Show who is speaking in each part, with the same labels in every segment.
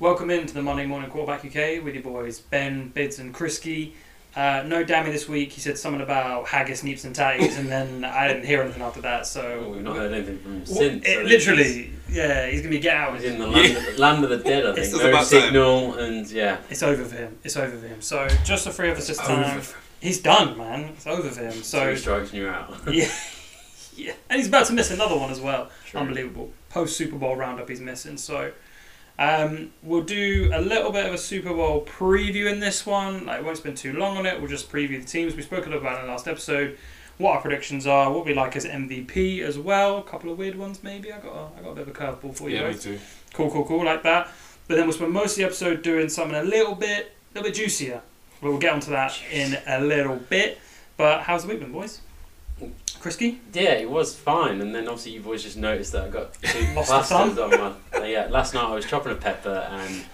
Speaker 1: Welcome into the Monday Morning Quarterback UK with your boys Ben, Bids, and Krisky. Uh, no Dammy this week. He said something about haggis, neeps, and tatties, and then I didn't hear anything after that.
Speaker 2: Well,
Speaker 1: So
Speaker 2: we've not heard anything from him
Speaker 1: Wha-
Speaker 2: since.
Speaker 1: it-
Speaker 2: I think he's-
Speaker 1: literally, yeah, he's gonna be get out.
Speaker 2: he's in the land, of, the, land of the dead. I
Speaker 1: It's
Speaker 2: think
Speaker 3: just
Speaker 2: no
Speaker 3: about time.
Speaker 2: signal and yeah.
Speaker 1: It's over for him. It's over for him. So just the three of us this time.
Speaker 2: Over.
Speaker 1: He's done, man. It's over for him. So
Speaker 2: Three strikes and you're out.
Speaker 1: yeah, yeah, and he's about to miss another one as well.
Speaker 2: True.
Speaker 1: Unbelievable. Post Super Bowl roundup he's missing. So um, we'll do a little bit of a Super Bowl preview in this one. Like, we won't spend too long on it. We'll just preview the teams. We spoke a little about it in the last episode. What our predictions are, what we like as MVP as well. A couple of weird ones maybe. I got a, I got a bit of a curveball for you.
Speaker 3: Yeah,
Speaker 1: guys
Speaker 3: me too.
Speaker 1: cool, cool, cool, like that. But then we'll spend most of the episode doing something a little bit, a little bit juicier. But we'll get onto that in a little bit. But how's the week been, boys? Krisky?
Speaker 2: Yeah, it was fine, and then obviously you boys just noticed that I got two
Speaker 1: Lost the
Speaker 2: plasters on my. uh, yeah, last night I was chopping a pepper and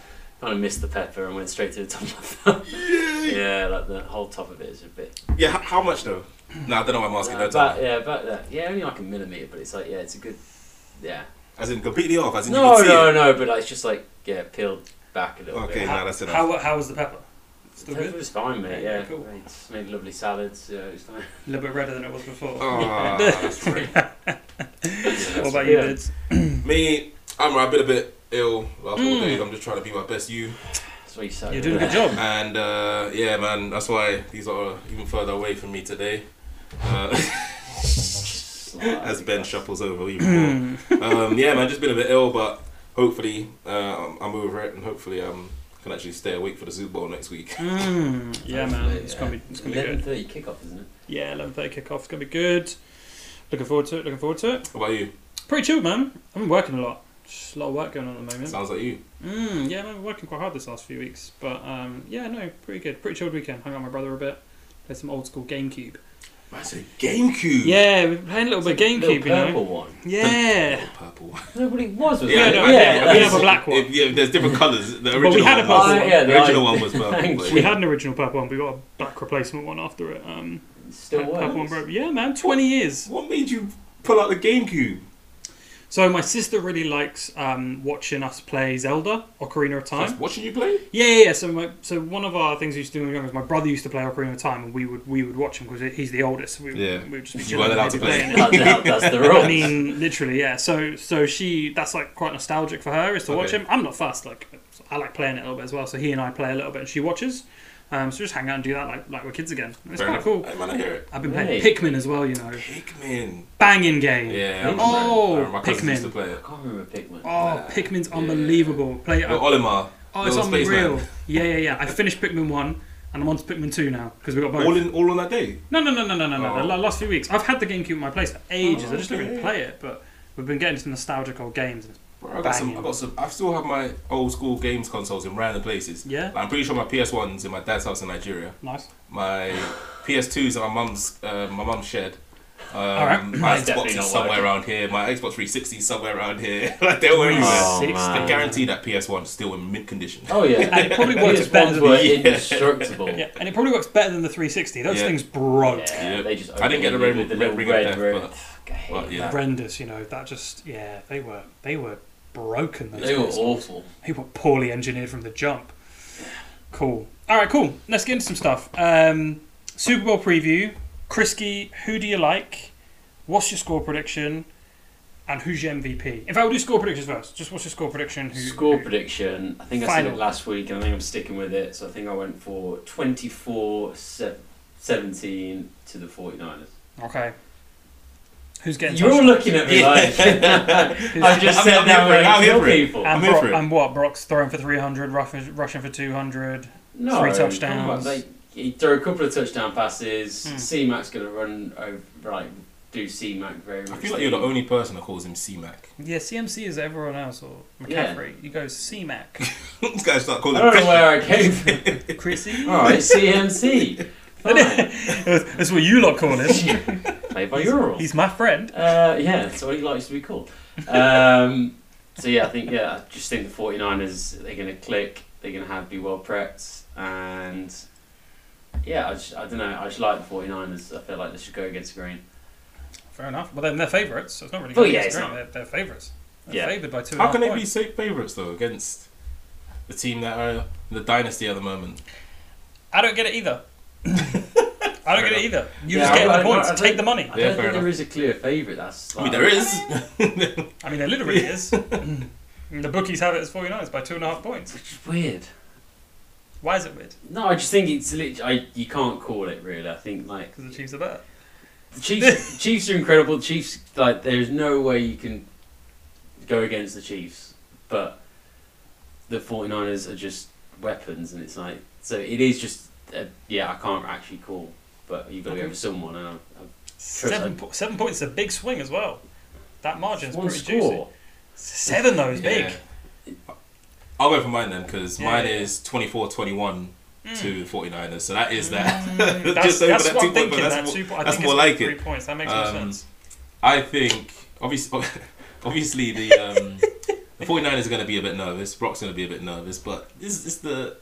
Speaker 2: kind of missed the pepper and went straight to the top of my thumb.
Speaker 3: Yeah.
Speaker 2: yeah, like the whole top of it is a bit.
Speaker 3: Yeah. How, how much though? No, I don't know why I'm asking.
Speaker 2: Uh,
Speaker 3: No,
Speaker 2: about-
Speaker 3: time.
Speaker 2: yeah, about that. Yeah, only like a millimeter, but it's like yeah, it's a good. Yeah.
Speaker 3: As in completely off. As in you
Speaker 2: No,
Speaker 3: can see
Speaker 2: no,
Speaker 3: it.
Speaker 2: no, but like, it's just like yeah, peeled back a little bit.
Speaker 3: Okay, no, that's enough.
Speaker 1: How, how was the pepper? Still
Speaker 2: It
Speaker 1: good?
Speaker 2: was fine, mate.
Speaker 1: Yeah,
Speaker 2: Yeah,
Speaker 1: cool.
Speaker 2: Made- just made lovely salads. Yeah, it was fine.
Speaker 1: A little bit redder than it was before.
Speaker 3: Ah, that's right.
Speaker 1: what
Speaker 3: Yeah.
Speaker 1: about you,
Speaker 2: yeah.
Speaker 1: Bids?
Speaker 3: Me, I'm. I've been a bit ill last
Speaker 1: Hmm.
Speaker 3: couple of days. I'm just trying to be my best you.
Speaker 2: That's what you said.
Speaker 1: You're doing a good job.
Speaker 3: And uh, yeah, man, that's why these are even further away from me today. Uh, as Ben shuffles over even
Speaker 1: Hmm.
Speaker 3: more. um, yeah, man, just been a bit ill, but hopefully uh, I'm- I'm over it, and hopefully um, can actually stay awake for the Super Bowl next week.
Speaker 1: Hmm. yeah, man. It's going to be, it's gonna be good.
Speaker 2: Eleven thirty kickoff, isn't it?
Speaker 1: Yeah, 11.30 kickoff. It's going to be good. Looking forward to it. Looking forward to it.
Speaker 3: What about you?
Speaker 1: Pretty chilled, man. I've been working a lot. Just a lot of work going on at the moment.
Speaker 3: Sounds like you.
Speaker 1: Mm, yeah, I've been working quite hard this last few weeks, but um, yeah, no, pretty good, pretty chilled weekend. Hung out with my brother a bit, played some old school GameCube.
Speaker 3: Man, it's a GameCube.
Speaker 1: Yeah, we were playing a little bit
Speaker 2: Little
Speaker 1: GameCube, you know.
Speaker 2: purple one.
Speaker 1: Yeah,
Speaker 3: Oh, purple.
Speaker 2: Nobody was. was
Speaker 1: Yeah,
Speaker 2: there?
Speaker 1: no, yeah, we
Speaker 2: that's-
Speaker 1: have a black one.
Speaker 3: If- yeah, there's different colours. The
Speaker 1: we
Speaker 3: original
Speaker 1: had a
Speaker 3: one
Speaker 1: purple
Speaker 3: was,
Speaker 1: one.
Speaker 2: Yeah,
Speaker 3: The original
Speaker 2: nice.
Speaker 3: one was purple.
Speaker 2: Thank
Speaker 3: but-
Speaker 2: you.
Speaker 1: we had an original purple one, but we got a black replacement one after it. Um,
Speaker 2: Still
Speaker 1: purple one
Speaker 2: works.
Speaker 1: broke. Yeah, man, twenty years.
Speaker 3: What made you pull out the GameCube?
Speaker 1: So my sister really likes um, watching us play Zelda Ocarina of Time.
Speaker 3: That's watching you play?
Speaker 1: Yeah, yeah, yeah. So, my, so one of our things we used to do when we were young was my brother used to play Ocarina of Time, and we would we would watch him because he's the oldest. So we,
Speaker 3: Yeah.
Speaker 1: we would just be
Speaker 3: You weren't
Speaker 1: chilling
Speaker 3: allowed to
Speaker 1: maybe
Speaker 3: play.
Speaker 1: playing it.
Speaker 2: That's the- that's the rule.
Speaker 1: I mean, literally, yeah. So, so she that's like quite nostalgic for her is to watch
Speaker 3: Okay.
Speaker 1: him. I'm not fast, like I like playing it a little bit as well. So he and I play a little bit, and she watches. Um, so we just hang out and do that like like we're kids again. It's
Speaker 3: Fair
Speaker 1: quite
Speaker 3: enough.
Speaker 1: cool.
Speaker 3: Hey, man, I hear it.
Speaker 1: I've been playing
Speaker 2: Hey.
Speaker 1: Pikmin as well, you know,
Speaker 3: Pikmin.
Speaker 1: banging game.
Speaker 3: Yeah. I remember. I
Speaker 1: Oh,
Speaker 3: remember my cousins used to
Speaker 1: Pikmin.
Speaker 3: play
Speaker 2: I
Speaker 3: it.
Speaker 2: can't remember Pikmin.
Speaker 1: Oh, Pikmin's unbelievable. Play it.
Speaker 3: Well, Olimar.
Speaker 1: Oh, it's
Speaker 3: little spaceman.
Speaker 1: unreal. Yeah, yeah, yeah. I finished Pikmin one, and I'm on to Pikmin two now because we got both.
Speaker 3: All in all on that day.
Speaker 1: No, no, no, no, no, no. no.
Speaker 3: Oh.
Speaker 1: The la- last few weeks, I've had the GameCube in my place for ages. I just don't really
Speaker 3: Okay.
Speaker 1: play it, but we've been getting some nostalgic old games. and-
Speaker 3: Bro, I got some. I
Speaker 1: Banging.
Speaker 3: got some. I still have my old school games consoles in random places.
Speaker 1: Yeah.
Speaker 3: Like, I'm pretty sure my PS one's in my dad's house in Nigeria.
Speaker 1: Nice.
Speaker 3: My PS2's at my mum's uh, my mum's shed. Um,
Speaker 1: right.
Speaker 3: My
Speaker 2: It's definitely
Speaker 3: Xbox
Speaker 2: not
Speaker 3: is somewhere
Speaker 2: working.
Speaker 3: around here. My Xbox 360 is somewhere around here. like they're all everywhere.
Speaker 1: Oh,
Speaker 3: I guarantee that PS1 is still in mint condition.
Speaker 2: Oh yeah.
Speaker 1: And it probably works
Speaker 2: These
Speaker 1: better
Speaker 2: ones
Speaker 1: than-
Speaker 2: were
Speaker 3: Yeah.
Speaker 2: indestructible.
Speaker 1: Yeah, and it probably works better than the 360. Those
Speaker 3: Yeah.
Speaker 1: things broke.
Speaker 2: Yeah,
Speaker 3: Yep.
Speaker 2: they just
Speaker 3: I didn't get the
Speaker 2: opened
Speaker 3: red,
Speaker 2: it with
Speaker 3: red,
Speaker 2: the little
Speaker 3: ring
Speaker 2: red
Speaker 3: of death,
Speaker 2: ring.
Speaker 3: but
Speaker 2: Fuck, I hate
Speaker 3: but, yeah.
Speaker 2: that.
Speaker 1: Horrendous, you know. That just yeah, they were they were broken. Those
Speaker 2: They were
Speaker 1: consoles.
Speaker 2: awful.
Speaker 1: They were poorly engineered from the jump. Cool. All right, cool. Let's get into some stuff. Um, Super Bowl preview. Krisky, who do you like? What's your score prediction? And who's your MVP? In fact, we'll do score predictions first. Just what's your score prediction? Who,
Speaker 2: Score
Speaker 1: who-
Speaker 2: prediction. I think I said
Speaker 1: Final.
Speaker 2: it last week, and I think I'm sticking with it. So I think I went for 24 se- 17 to the 49ers.
Speaker 1: Okay. Who's getting?
Speaker 2: You're all
Speaker 1: touched?
Speaker 2: looking at me like I just
Speaker 3: I'm-
Speaker 2: said
Speaker 3: I'm
Speaker 2: that
Speaker 3: here for
Speaker 2: we're
Speaker 3: it,
Speaker 2: gonna
Speaker 3: I'm here
Speaker 2: kill
Speaker 3: for it.
Speaker 2: people.
Speaker 1: And,
Speaker 3: I'm in
Speaker 1: Brock-
Speaker 3: for it.
Speaker 1: and what? Brock's throwing for 300, rushing, rushing for 200.
Speaker 2: No,
Speaker 1: Three
Speaker 2: come
Speaker 1: touchdowns.
Speaker 2: on, They, he threw a couple of touchdown passes.
Speaker 1: Hmm.
Speaker 2: C Mac's gonna run over, right, do C Mac very.
Speaker 3: I feel like you're the only person that calls him C-Mac.
Speaker 1: Yeah, CMC is everyone else, or
Speaker 2: Yeah.
Speaker 1: McCaffrey. You go CMAC.
Speaker 3: These guys start
Speaker 2: I
Speaker 3: calling him
Speaker 2: don't know
Speaker 3: Christian.
Speaker 2: where I came from.
Speaker 1: Chrissy?
Speaker 2: All right, CMC. Fine.
Speaker 1: That's what you lot call him.
Speaker 2: Played by your rules.
Speaker 1: He's my friend.
Speaker 2: Uh, yeah, that's what he likes to be called. Um, so yeah, I think yeah, I just think the 49ers they're going to click. They're going to have be well prepped, and yeah, I, just, I don't know. I just like the 49ers. I feel like they should go against Green.
Speaker 1: Fair enough. Well, then they're favourites, so it's not really
Speaker 2: Well,
Speaker 1: going
Speaker 2: Oh, yeah,
Speaker 1: to
Speaker 2: it's
Speaker 1: be
Speaker 2: not.
Speaker 1: They're, they're favourites. They're
Speaker 2: Yeah.
Speaker 1: favoured by two and a
Speaker 3: How
Speaker 1: half
Speaker 3: can they be
Speaker 1: points.
Speaker 3: safe favourites though against the team that are the dynasty at the moment.
Speaker 1: I don't get it either. I don't
Speaker 3: Fair
Speaker 1: get it either. You
Speaker 2: Yeah,
Speaker 1: just
Speaker 2: I-
Speaker 1: get
Speaker 2: I-
Speaker 1: the points.
Speaker 2: I- I
Speaker 1: Take
Speaker 2: think-
Speaker 1: the money.
Speaker 2: I
Speaker 3: Yeah,
Speaker 2: don't
Speaker 3: fair
Speaker 2: think
Speaker 3: enough.
Speaker 2: there is a clear favourite. That's
Speaker 3: I mean,
Speaker 2: like-
Speaker 3: there is.
Speaker 1: I mean, there literally is. the bookies have it as 49ers by two and a half points.
Speaker 2: Which is weird.
Speaker 1: Why is it weird?
Speaker 2: No, I just think it's lit I you can't call it really. I think like
Speaker 3: Mm.
Speaker 1: Because the Chiefs are better.
Speaker 2: the Chiefs, Chiefs are incredible. Chiefs like there's no way you can go against the Chiefs, but the 49ers are just weapons, and it's like so it is just uh, yeah I can't actually call, but you've got to go for someone. And I, I,
Speaker 1: Seven, po- seven points is a big swing as well. That margin's
Speaker 2: one
Speaker 1: pretty juicy.
Speaker 2: score.
Speaker 1: Seven though is big.
Speaker 3: Yeah. I'll go for mine then because
Speaker 1: Yeah,
Speaker 3: mine
Speaker 1: yeah.
Speaker 3: is 24 21 to 49ers. So that is that.
Speaker 1: Mm, that's
Speaker 3: Just over
Speaker 1: that's
Speaker 3: that
Speaker 1: what
Speaker 3: two
Speaker 1: I'm
Speaker 3: point,
Speaker 1: thinking.
Speaker 3: but that's
Speaker 1: that
Speaker 3: more-
Speaker 1: two point. I
Speaker 3: that's
Speaker 1: think
Speaker 3: more
Speaker 1: it's like
Speaker 3: like
Speaker 1: three
Speaker 3: it.
Speaker 1: points. That makes more
Speaker 3: Um,
Speaker 1: sense.
Speaker 3: I think, obviously, obviously the, um, the 49ers are going to be a bit nervous. Brock's going to be a bit nervous. But this is the.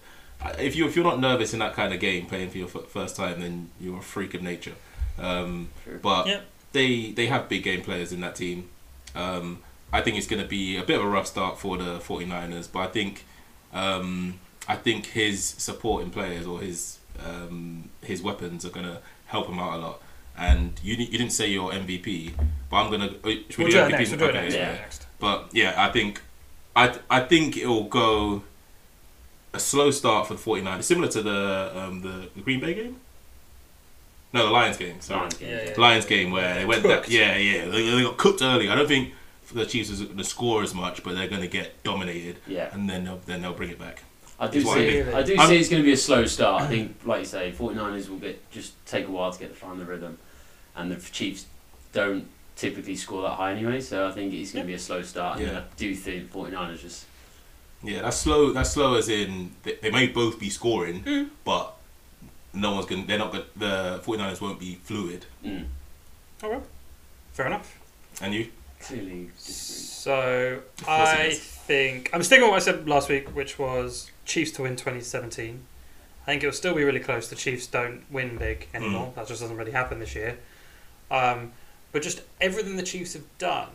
Speaker 3: If, you, if you're not nervous in that kind of game, playing for your f- first time, then you're a freak of nature. Um,
Speaker 2: True.
Speaker 3: but
Speaker 1: Yeah.
Speaker 3: they they have big game players in that team. Um, I think it's going to be a bit of a rough start for the 49ers, but I think um, I think his supporting players or his um, his weapons are going to help him out a lot. And you di- you didn't say your MVP, but I'm gonna. uh, Should
Speaker 1: We'll do it
Speaker 3: MVP?
Speaker 1: next. We'll do it
Speaker 3: Okay,
Speaker 1: next.
Speaker 2: yeah.
Speaker 1: we'll do it next.
Speaker 3: But yeah, I think I I think it'll go a slow start for the 49ers, similar to the um, the, the Green Bay game. No, the Lions game. Sorry.
Speaker 2: Lions game.
Speaker 1: Yeah, yeah.
Speaker 3: Lions game where they went
Speaker 1: Cooked.
Speaker 3: that yeah yeah they, they got cooked early. I don't think the Chiefs is going to score as much, but they're going to get dominated,
Speaker 2: yeah.
Speaker 3: and then they'll, then they'll bring it back.
Speaker 2: I do
Speaker 3: Is what I
Speaker 2: see.
Speaker 1: mean.
Speaker 2: I do
Speaker 3: I'm-
Speaker 2: see it's going to be a slow start. I think, like you say, 49ers will get just take a while to get find the rhythm, and the Chiefs don't typically score that high anyway. So I think it's going to be a slow start. And
Speaker 3: Yeah.
Speaker 2: I do think 49ers just
Speaker 3: Yeah, that's slow. That's slow as in they, they may both be scoring, but no one's going. to They're not going. The 49ers won't be fluid.
Speaker 2: mm,
Speaker 1: Oh well. Fair enough.
Speaker 3: And you?
Speaker 2: clearly disagree.
Speaker 1: So
Speaker 3: Of course it
Speaker 1: I
Speaker 3: is.
Speaker 1: think I'm sticking with what I said last week, which was Chiefs to win 2017. I think it'll still be really close. The Chiefs don't win big anymore.
Speaker 3: Mm.
Speaker 1: That just doesn't really happen this year. Um, but just everything the Chiefs have done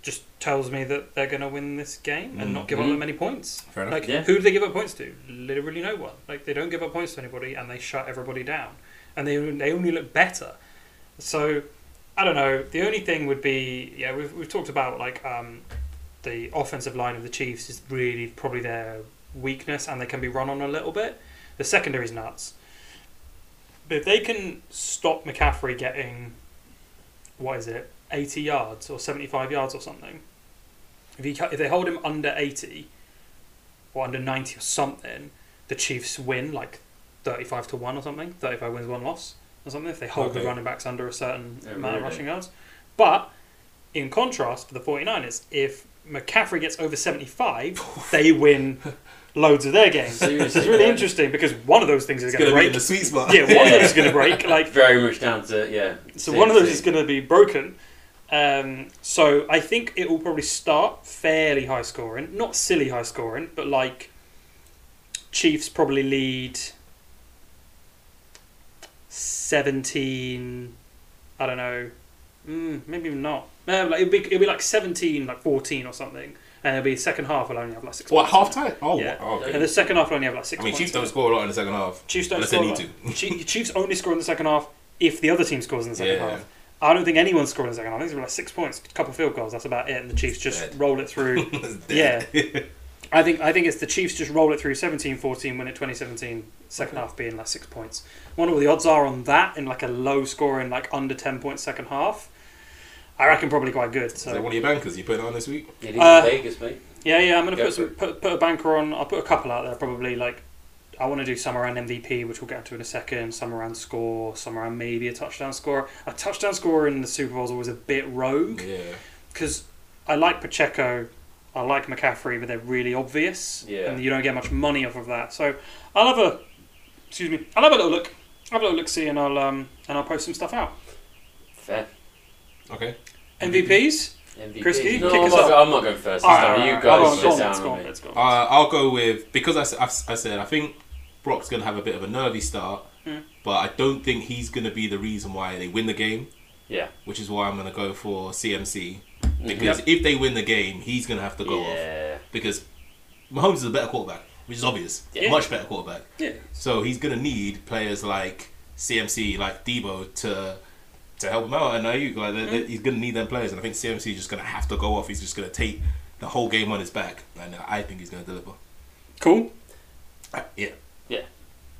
Speaker 1: just tells me that they're going to win this game
Speaker 3: Mm.
Speaker 1: and not give up
Speaker 2: Mhm.
Speaker 1: that many points.
Speaker 3: Fair enough.
Speaker 1: Like,
Speaker 2: Yeah.
Speaker 1: who do they give up points to? Literally no one. Like, they don't give up points to anybody, and they shut everybody down. And they they only look better. So, I don't know. The only thing would be, yeah, we've we've talked about like um, the offensive line of the Chiefs is really probably their weakness, and they can be run on a little bit. The secondary is nuts. But if they can stop McCaffrey getting, what is it, 80 yards or 75 yards or something, if, you, ca- if they hold him under 80 or under 90 or something, the Chiefs win like 35 to 1 or something, 35 wins, 1 loss or something, if they hold the
Speaker 3: Okay.
Speaker 1: running backs under a certain
Speaker 2: Yeah,
Speaker 1: amount of
Speaker 2: really.
Speaker 1: rushing yards. But in contrast, for the 49ers, if McCaffrey gets over 75, they win loads of their games. This
Speaker 2: Seriously,
Speaker 1: is really
Speaker 2: yeah.
Speaker 1: interesting because one of those things is
Speaker 3: It's
Speaker 1: going
Speaker 3: going
Speaker 1: to
Speaker 3: to be in
Speaker 1: break.
Speaker 3: the sweet spot.
Speaker 1: Yeah, one of
Speaker 2: Yeah.
Speaker 1: those is going to break. Like
Speaker 2: Very much down to yeah.
Speaker 1: so, one of those is
Speaker 2: CMC.
Speaker 1: going to be broken. Um, so I think it will probably start fairly high scoring, not silly high scoring, but like Chiefs probably lead seventeen. I don't know, mm, maybe even not. No, like it'll be it'll be like seventeen, like fourteen or something, and it'll be second half. will only have like six.
Speaker 3: What
Speaker 1: points.
Speaker 3: half time? Oh,
Speaker 1: Yeah.
Speaker 3: wow, okay.
Speaker 1: And the second half will only have like six.
Speaker 3: I mean,
Speaker 1: points
Speaker 3: Chiefs
Speaker 1: in it.
Speaker 3: don't score a lot in the second half.
Speaker 1: Chiefs don't
Speaker 3: Unless they
Speaker 1: score.
Speaker 3: need
Speaker 1: like- Chie- Chiefs only score in the second half if the other team scores in the second
Speaker 3: Yeah.
Speaker 1: half. I don't think anyone's scoring in the second half. I think it's like six points, a couple field goals. That's about it. And the Chiefs just
Speaker 3: Dead.
Speaker 1: roll it through.
Speaker 3: That's
Speaker 1: yeah,
Speaker 3: dead.
Speaker 1: I think I think it's the Chiefs just roll it through 17-14, win it 2017, second half being like six points. Wonder what the odds are on that in like a low scoring, like under ten point second half. I reckon probably quite good.
Speaker 3: Is that
Speaker 1: So
Speaker 3: one of your bankers you put on this week?
Speaker 2: It is
Speaker 1: Uh,
Speaker 2: Vegas, mate.
Speaker 1: yeah, yeah, I'm gonna
Speaker 2: Go
Speaker 1: put
Speaker 2: for
Speaker 1: some put, put a banker on. I'll put a couple out there probably. Like I want to do some around MVP, which we'll get into in a second. Some around score, some around maybe a touchdown scorer. A touchdown scorer in the Super Bowl is always a bit rogue
Speaker 3: Yeah.
Speaker 1: because I like Pacheco, I like McCaffrey, but they're really obvious,
Speaker 2: Yeah.
Speaker 1: and you don't get much money off of that. So I'll have a excuse me, I'll have a little look, I'll have a little look see, and I'll um and I'll post some stuff out.
Speaker 2: Fair.
Speaker 3: Okay.
Speaker 1: MVPs.
Speaker 2: MVP.
Speaker 1: Chris, can you
Speaker 2: no,
Speaker 1: kick
Speaker 2: I'm,
Speaker 1: us
Speaker 2: not,
Speaker 1: off?
Speaker 2: go- I'm not going first. this
Speaker 1: All right,
Speaker 2: time.
Speaker 1: all
Speaker 2: you
Speaker 1: right, all right, Ah,
Speaker 2: guys
Speaker 1: go on,
Speaker 2: sit
Speaker 1: let's
Speaker 2: down.
Speaker 1: go on,
Speaker 2: with me. Ah.
Speaker 1: let's go on.
Speaker 3: Uh, I'll go with because I, s- I've s- I said I think Brock's gonna have a bit of a nervy start,
Speaker 1: Mm.
Speaker 3: but I don't think he's gonna be the reason why they win the game.
Speaker 2: Yeah.
Speaker 3: Which is why I'm gonna go for CMC because if they win the game, he's gonna have to go off
Speaker 2: Yeah.
Speaker 3: because Mahomes is a better quarterback, which is obvious.
Speaker 1: Yeah.
Speaker 3: Much better quarterback.
Speaker 1: Yeah.
Speaker 3: So he's gonna need players like CMC, like Debo, to to help him out. And Ayuk, like they- they- he's gonna need them players. And I think CMC is just gonna have to go off. He's just gonna take the whole game on his back. And I think he's gonna deliver.
Speaker 1: Cool.
Speaker 3: Uh, Yeah.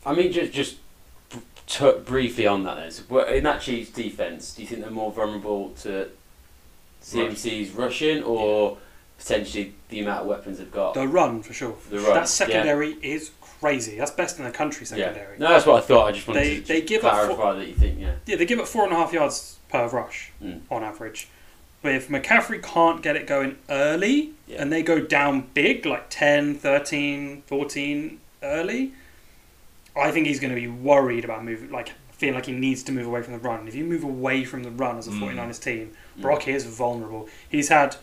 Speaker 2: I mean, just just b- t- briefly on that, is wha- in that Chiefs defense, do you think they're more vulnerable to CMC's rushing or potentially the amount of weapons they've got?
Speaker 1: The run for sure.
Speaker 2: The run,
Speaker 1: that secondary is crazy. That's best in the country
Speaker 2: yeah,
Speaker 1: secondary. Yeah.
Speaker 2: no, that's what I thought. I just wanted
Speaker 1: They-
Speaker 2: to just
Speaker 1: they give up
Speaker 2: clarify that you think, yeah,
Speaker 1: they give up four and a half yards per rush
Speaker 2: Mm.
Speaker 1: on average. But if McCaffrey can't get it going early
Speaker 2: Yeah.
Speaker 1: and they go down big, like 10, 13, 14 early, I think he's going to be worried about moving, like feeling like he needs to move away from the run. If you move away from the run as a
Speaker 3: Mm.
Speaker 1: 49ers team, Brock is vulnerable. He's had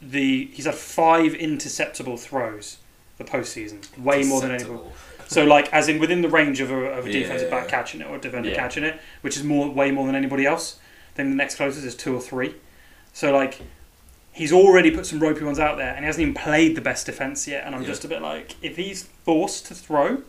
Speaker 1: the he's had five interceptable throws the postseason, way more than anyone.
Speaker 3: Acceptable.
Speaker 1: So like as in within the range of a, of a defensive
Speaker 3: Yeah.
Speaker 1: back catching it or a defender
Speaker 2: Yeah.
Speaker 1: catching it, which is more way more than anybody else. Then the next closest is two or three. So like he's already put some ropey ones out there and he hasn't even played the best defense yet and I'm
Speaker 3: Yeah.
Speaker 1: just a bit like if he's forced to throw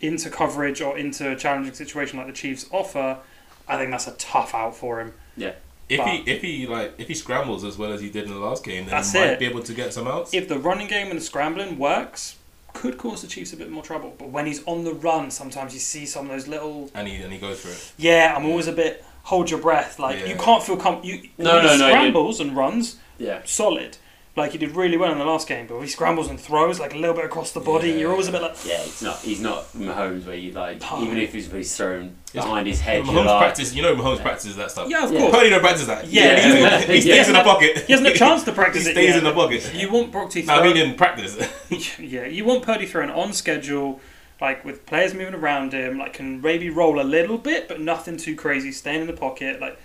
Speaker 1: into coverage or into a challenging situation like the Chiefs offer, I think that's a tough out for him.
Speaker 2: yeah,
Speaker 3: If
Speaker 1: But-
Speaker 3: he if he like if he scrambles as well as he did in the last game, then
Speaker 1: That's
Speaker 3: he might
Speaker 1: it.
Speaker 3: be able to get some outs.
Speaker 1: If the running game and the scrambling works, could cause the Chiefs a bit more trouble. But when he's on the run, sometimes you see some of those little
Speaker 3: and he and he goes for it.
Speaker 1: yeah, I'm always a bit hold your breath. Like
Speaker 3: Yeah.
Speaker 1: you can't feel com. You
Speaker 2: No,
Speaker 1: when he
Speaker 2: no, no, you-
Speaker 1: Scrambles and runs
Speaker 2: yeah.
Speaker 1: solid. Like he did really well in the last game, but when he scrambles and throws like a little bit across the body.
Speaker 3: Yeah.
Speaker 1: You're always a bit like
Speaker 2: Yeah, it's not. He's not Mahomes where you like,
Speaker 1: Oh.
Speaker 2: even if he's he's thrown
Speaker 3: It's-
Speaker 2: behind his head, you're
Speaker 3: Mahomes
Speaker 2: like,
Speaker 3: practice, you know, Mahomes practices that stuff.
Speaker 1: yeah, of
Speaker 2: Yeah.
Speaker 1: course.
Speaker 3: Purdy don't practice that.
Speaker 1: Yeah.
Speaker 2: Yeah.
Speaker 3: he, he
Speaker 2: Yeah.
Speaker 3: stays in the pocket.
Speaker 1: He hasn't a chance to
Speaker 3: He
Speaker 1: practice it.
Speaker 3: stays
Speaker 1: yet.
Speaker 3: in the pocket.
Speaker 1: You want Brock to
Speaker 3: No, I
Speaker 1: throw-
Speaker 3: mean in practice.
Speaker 1: yeah, you want Purdy throwing on schedule, like with players moving around him, like can maybe roll a little bit, but nothing too crazy, staying in the pocket. Like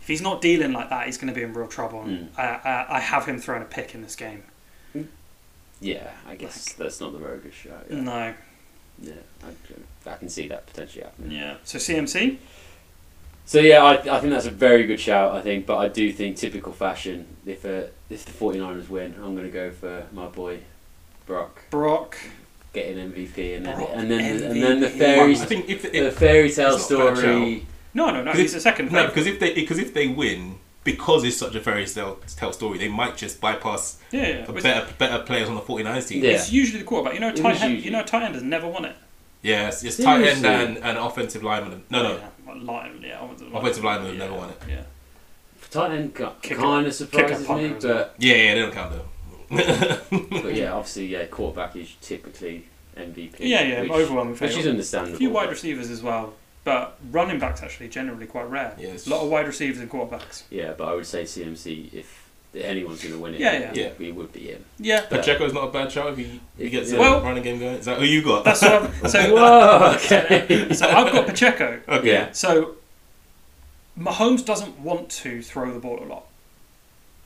Speaker 1: if he's not dealing like that, he's going to be in real trouble.
Speaker 3: Hmm.
Speaker 1: And I, I, I have him throwing a pick in this game.
Speaker 2: yeah, I guess that's not the roguish shot. Yeah,
Speaker 1: No,
Speaker 2: yeah I, can- I can see that potentially happening.
Speaker 1: yeah. So CMC,
Speaker 2: So yeah, I, I think that's a very good shout. I think, but I do think typical fashion. If uh, if the 49ers win, I'm going to go for my boy Brock
Speaker 1: Brock.
Speaker 2: getting MVP, and then
Speaker 1: Brock
Speaker 2: and then the, and
Speaker 1: MVP.
Speaker 2: then the
Speaker 3: I
Speaker 2: fairies
Speaker 3: think if,
Speaker 2: the
Speaker 3: if
Speaker 2: fairy tale
Speaker 3: it's not a bad
Speaker 2: story.
Speaker 1: No, no, no.
Speaker 3: Because
Speaker 1: He's a second. favorite.
Speaker 3: no, because if they because if they win, because it's such a fairy tale, tale story, they might just bypass
Speaker 1: yeah, yeah.
Speaker 3: the
Speaker 1: It's,
Speaker 3: better better players on the 49ers team.
Speaker 2: Yeah.
Speaker 1: it's usually the quarterback. You know,
Speaker 2: It
Speaker 1: tight
Speaker 2: is
Speaker 1: end.
Speaker 2: usually.
Speaker 1: You know, tight end has never won it.
Speaker 3: Yeah, it's, it's tight end
Speaker 2: Seriously?
Speaker 3: and, and offensive lineman. No, no,
Speaker 1: Yeah, well, line, yeah, offensive lineman.
Speaker 3: offensive lineman have
Speaker 1: yeah.
Speaker 3: never won it.
Speaker 1: Yeah.
Speaker 2: Tight end
Speaker 1: Kicker.
Speaker 2: kind of surprises
Speaker 1: punter
Speaker 2: me,
Speaker 1: as well.
Speaker 2: but,
Speaker 3: Yeah, yeah, they don't count though.
Speaker 2: but yeah, obviously, yeah, quarterback is typically MVP.
Speaker 1: Yeah, yeah.
Speaker 2: which,
Speaker 1: overwhelming
Speaker 2: which is
Speaker 1: favorite.
Speaker 2: understandable.
Speaker 1: A few wide
Speaker 2: but-
Speaker 1: receivers as well, but running backs actually generally quite rare.
Speaker 3: Yeah, it's-
Speaker 1: A lot of wide receivers and quarterbacks.
Speaker 2: Yeah, but I would say CMC if anyone's going to win it.
Speaker 1: Yeah, yeah.
Speaker 3: Yeah.
Speaker 2: We would be him.
Speaker 1: Yeah.
Speaker 3: Pacheco's not a bad shot if he, he gets the
Speaker 1: Well-
Speaker 3: running game going. Is that who you got?
Speaker 1: That's what I've, so.
Speaker 2: Whoa, okay.
Speaker 1: so I've got Pacheco.
Speaker 3: okay.
Speaker 2: Yeah.
Speaker 1: So Mahomes doesn't want to throw the ball a lot.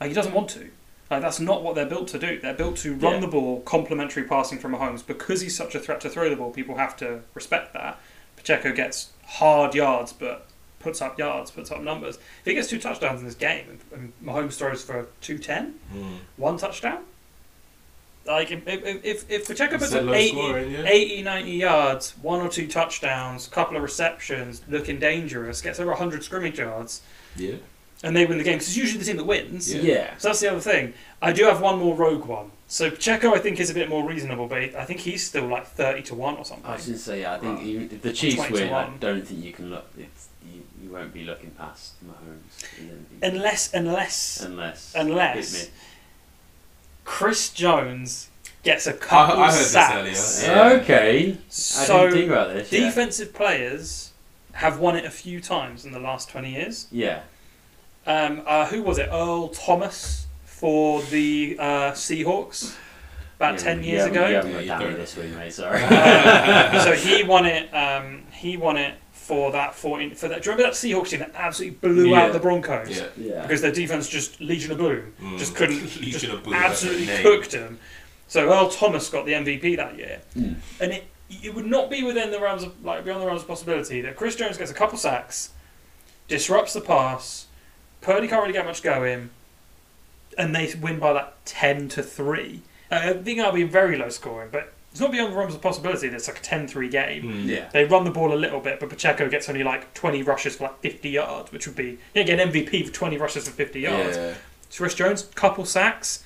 Speaker 1: Like he doesn't want to. Like that's not what they're built to do. They're built to run
Speaker 2: Yeah.
Speaker 1: the ball, complementary passing from Mahomes because he's such a threat to throw the ball. People have to respect that. Pacheco gets hard yards, but puts up yards, puts up numbers. If he gets two touchdowns in this game, and and Mahomes throws for two ten,
Speaker 3: Mm.
Speaker 1: one touchdown. Like if if if, if Pacheco
Speaker 3: It's
Speaker 1: puts
Speaker 3: a
Speaker 1: up
Speaker 3: low
Speaker 1: 80,
Speaker 3: scoring, yeah.
Speaker 1: 80, 90 yards, one or two touchdowns, couple of receptions, looking dangerous, gets over hundred scrimmage yards,
Speaker 3: Yeah.
Speaker 1: and they win the game 'cause it's usually the team that wins.
Speaker 3: Yeah.
Speaker 2: yeah.
Speaker 1: So that's the other thing. I do have one more rogue one. So Pacheco, I think, is a bit more reasonable, but I think he's still like thirty to one or something.
Speaker 2: I was going to say, yeah, I think
Speaker 1: Right.
Speaker 2: even if the Chiefs
Speaker 1: 20 to
Speaker 2: win, I
Speaker 1: one.
Speaker 2: don't think you can look. It's, you, you won't be looking past Mahomes. in MVP.
Speaker 1: unless, unless
Speaker 2: unless,
Speaker 1: unless-
Speaker 2: hit
Speaker 1: Chris Jones gets a
Speaker 3: I
Speaker 1: couple
Speaker 3: heard this
Speaker 1: sacks.
Speaker 2: me.
Speaker 3: earlier, Yeah.
Speaker 2: Okay, I
Speaker 1: So
Speaker 2: didn't think about this. yeah.
Speaker 1: defensive players have won it a few times in the last twenty years.
Speaker 2: Yeah,
Speaker 1: um, uh, who was it? Earl Thomas for the uh, Seahawks about
Speaker 2: Yeah,
Speaker 1: ten
Speaker 2: you
Speaker 1: years
Speaker 2: haven't-
Speaker 1: ago.
Speaker 2: You haven't
Speaker 3: Yeah,
Speaker 2: got
Speaker 3: you
Speaker 2: down
Speaker 3: don't.
Speaker 2: with this week, mate. Sorry.
Speaker 1: Um, so he won it. Um, he won it for that fourteen. For that, do you remember that Seahawks team that absolutely blew
Speaker 2: Yeah.
Speaker 1: out the Broncos
Speaker 3: Yeah.
Speaker 2: yeah,
Speaker 1: because their defense just Legion of Boom
Speaker 3: Mm.
Speaker 1: just couldn't
Speaker 3: Legion
Speaker 1: just
Speaker 3: of Boom, that's a
Speaker 1: absolutely
Speaker 3: name.
Speaker 1: cooked them. So Earl Thomas got the MVP that year,
Speaker 2: Mm.
Speaker 1: and it it would not be within the realms of like beyond the realms of possibility that Chris Jones gets a couple sacks, disrupts the pass, Purdy can't really get much going, and they win by like ten to three. Uh, I think that'll be very low scoring, but it's not beyond the realms of possibility that it's like a 10 3 game.
Speaker 3: Hmm. Mm.
Speaker 2: Yeah.
Speaker 1: They run the ball a little bit, but Pacheco gets only like 20 rushes for like 50 yards, which would be, yeah, get an MVP for 20 rushes for 50 yards.
Speaker 3: Yeah,
Speaker 1: Chris Jones, couple sacks.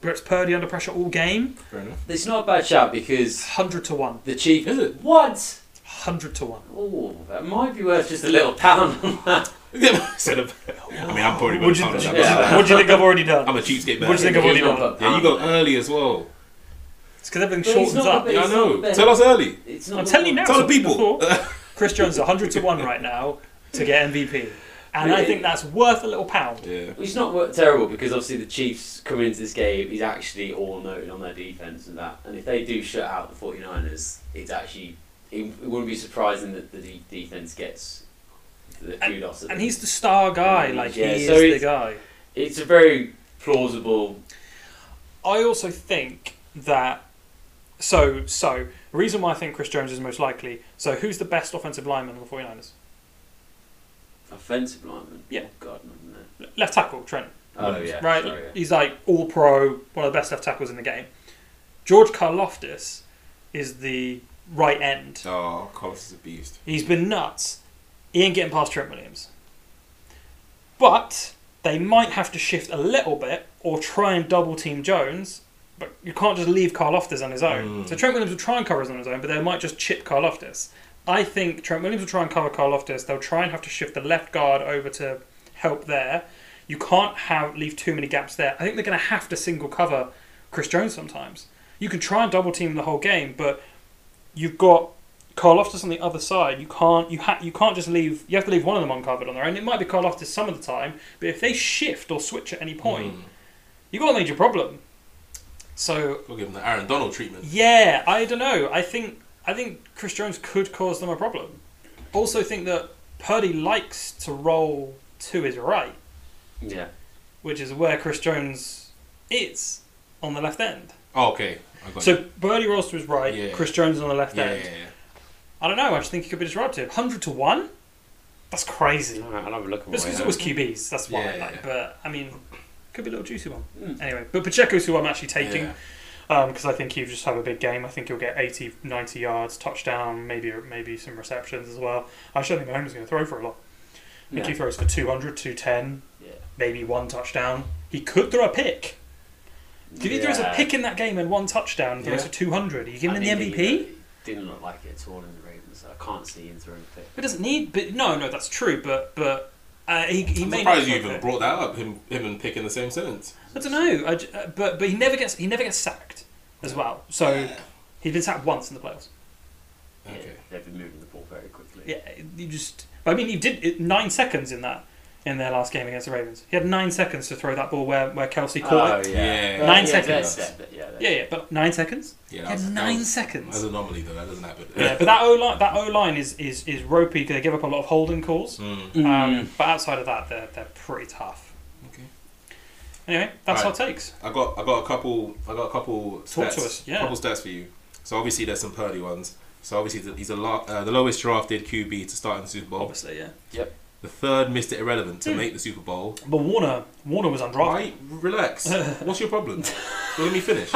Speaker 1: Brett Purdy under pressure all game.
Speaker 3: fair enough.
Speaker 2: It's not a bad shout because
Speaker 1: 100 to 1.
Speaker 2: the Chiefs.
Speaker 3: Is it?
Speaker 2: What?
Speaker 1: 100 to 1.
Speaker 2: Oh, that might be worth just a little pound on that.
Speaker 3: Instead of, I mean, I'm probably
Speaker 1: What do you,
Speaker 3: gonna pound on that.
Speaker 2: yeah.
Speaker 1: what do you think I've already done?
Speaker 3: I'm a cheapskate
Speaker 1: What do you
Speaker 3: man.
Speaker 1: think I've already
Speaker 2: He's not
Speaker 1: done?
Speaker 2: a
Speaker 3: Yeah, you
Speaker 2: pound.
Speaker 3: got early as well.
Speaker 1: It's because everything
Speaker 2: But he's
Speaker 1: shortens
Speaker 2: not
Speaker 1: up.
Speaker 2: the
Speaker 3: Yeah, I
Speaker 2: It's
Speaker 3: know.
Speaker 2: not bad.
Speaker 3: Tell us early.
Speaker 2: It's
Speaker 1: I'm telling you now.
Speaker 3: Tell the people.
Speaker 1: before, Chris Jones is 100 to 1 right now to get MVP. And I think that's worth a little pound.
Speaker 3: Yeah.
Speaker 2: It's not wor- terrible because obviously the Chiefs coming into this game is actually all noted on their defense and that. And if they do shut out the 49ers, it's actually it, it wouldn't be surprising that the de- defense gets the kudos. at
Speaker 1: And
Speaker 2: the-
Speaker 1: he's the star guy. Like,
Speaker 2: Yeah,
Speaker 1: he
Speaker 2: so
Speaker 1: is
Speaker 2: it's-
Speaker 1: the guy.
Speaker 2: it's a very plausible.
Speaker 1: I also think that. So, so reason why I think Chris Jones is most likely. So, who's the best offensive lineman on the 49ers?
Speaker 2: Offensive lineman.
Speaker 1: Yeah.
Speaker 2: Oh, God, no, no.
Speaker 1: Le- Left tackle, Trent.
Speaker 2: Oh, yeah.
Speaker 1: right?
Speaker 2: sorry, yeah.
Speaker 1: He's like all pro, one of the best left tackles in the game. George Karloftis is the right end.
Speaker 3: Oh, Carlos is a beast.
Speaker 1: He's been nuts. He ain't getting past Trent Williams. But they might have to shift a little bit or try and double team Jones. But you can't just leave Karloftis on his own.
Speaker 3: Mm.
Speaker 1: So Trent Williams will try and cover us on his own, but they might just chip Karloftis. I think Trent Williams will try and cover Karloftis. They'll try and have to shift the left guard over to help there. You can't have leave too many gaps there. I think they're going to have to single cover Chris Jones sometimes. You can try and double team the whole game, but you've got Karloftis on the other side. You can't you ha- you can't just leave. You have to leave one of them uncovered on their own. It might be Karloftis some of the time, but if they shift or switch at any point,
Speaker 3: Mm.
Speaker 1: you've got a major problem. So
Speaker 3: We'll give him the Aaron Donald treatment.
Speaker 1: yeah, I don't know. I think I think Chris Jones could cause them a problem. Also, think that Purdy likes to roll to his right
Speaker 2: Yeah.
Speaker 1: which is where Chris Jones is on the left end.
Speaker 3: Oh, okay. I got you.
Speaker 1: So Burley rolls to his right,
Speaker 3: Yeah.
Speaker 1: Chris Jones is on the left
Speaker 3: yeah, yeah,
Speaker 1: end.
Speaker 3: yeah.
Speaker 1: I don't know. I just think he could be disruptive. Hundred to one, that's crazy.
Speaker 2: All right, I'll have a look at
Speaker 1: But it's
Speaker 2: my-
Speaker 1: because it was QBs. That's why.
Speaker 3: Yeah.
Speaker 1: like, but I mean, could be a little juicy one.
Speaker 2: Mm.
Speaker 1: Anyway, but Pacheco's who I'm actually taking
Speaker 3: Yeah.
Speaker 1: because I think he'll just have a big game. I think he'll get 80, 90 yards, touchdown, maybe maybe some receptions as well. I actually think Mahomes is going to throw for a lot. I think
Speaker 2: Yeah.
Speaker 1: he throws for 200, 210,
Speaker 2: Yeah.
Speaker 1: maybe one touchdown. He could throw a pick. Did he throw us a
Speaker 2: Yeah.
Speaker 1: pick in that game and one touchdown? Throws
Speaker 3: Yeah.
Speaker 1: for 200. Are you
Speaker 2: I
Speaker 1: giving him the
Speaker 2: mean,
Speaker 1: MVP?
Speaker 2: he uh, Didn't look like it at all in the Ravens. I can't see him throwing a pick.
Speaker 1: He doesn't need. But no, no, that's true. But but uh, he he
Speaker 3: I'm
Speaker 1: may
Speaker 3: surprised
Speaker 1: not throw
Speaker 3: you
Speaker 1: a
Speaker 3: even
Speaker 1: pick.
Speaker 3: brought that up. Him, him, and picking the same sentence.
Speaker 1: I don't know. I j uh, but but he never gets he never gets sacked as well. So he's been sacked once in the playoffs.
Speaker 3: Okay.
Speaker 2: Yeah, they've been moving the ball very quickly.
Speaker 1: Yeah, you just. I mean, he did it, nine seconds in that in their last game against the Ravens. He had nine seconds to throw that ball where where Kelsey caught it.
Speaker 2: Oh,
Speaker 3: Yeah.
Speaker 1: Nine
Speaker 2: yeah,
Speaker 1: seconds.
Speaker 2: that's- that- yeah, that's-
Speaker 1: Yeah, yeah, but nine seconds.
Speaker 3: Ah, Yeah,
Speaker 1: he
Speaker 3: that's-
Speaker 1: had
Speaker 3: that
Speaker 1: nine
Speaker 3: was-
Speaker 1: seconds.
Speaker 3: That's an anomaly though. That doesn't happen.
Speaker 1: yeah, but that O line that O line is is is ropey. They give up a lot of holding calls.
Speaker 3: Mm.
Speaker 1: Um, but outside of that, they're they're pretty tough.
Speaker 3: Okay.
Speaker 1: Anyway, that's
Speaker 3: Right.
Speaker 1: our takes.
Speaker 3: I got I got a couple I got a couple
Speaker 1: Talk
Speaker 3: stats,
Speaker 1: to us, yeah.
Speaker 3: couple stats for you. So obviously there's some Purdy ones. So obviously th- he's a lo- uh, the lowest drafted QB to start in the Super Bowl.
Speaker 1: Obviously, yeah.
Speaker 3: The third Mr. Irrelevant to
Speaker 1: Hmm.
Speaker 3: make the Super Bowl.
Speaker 1: But Warner, Warner was undrafted.
Speaker 3: Right, relax. What's your problem? Let me finish.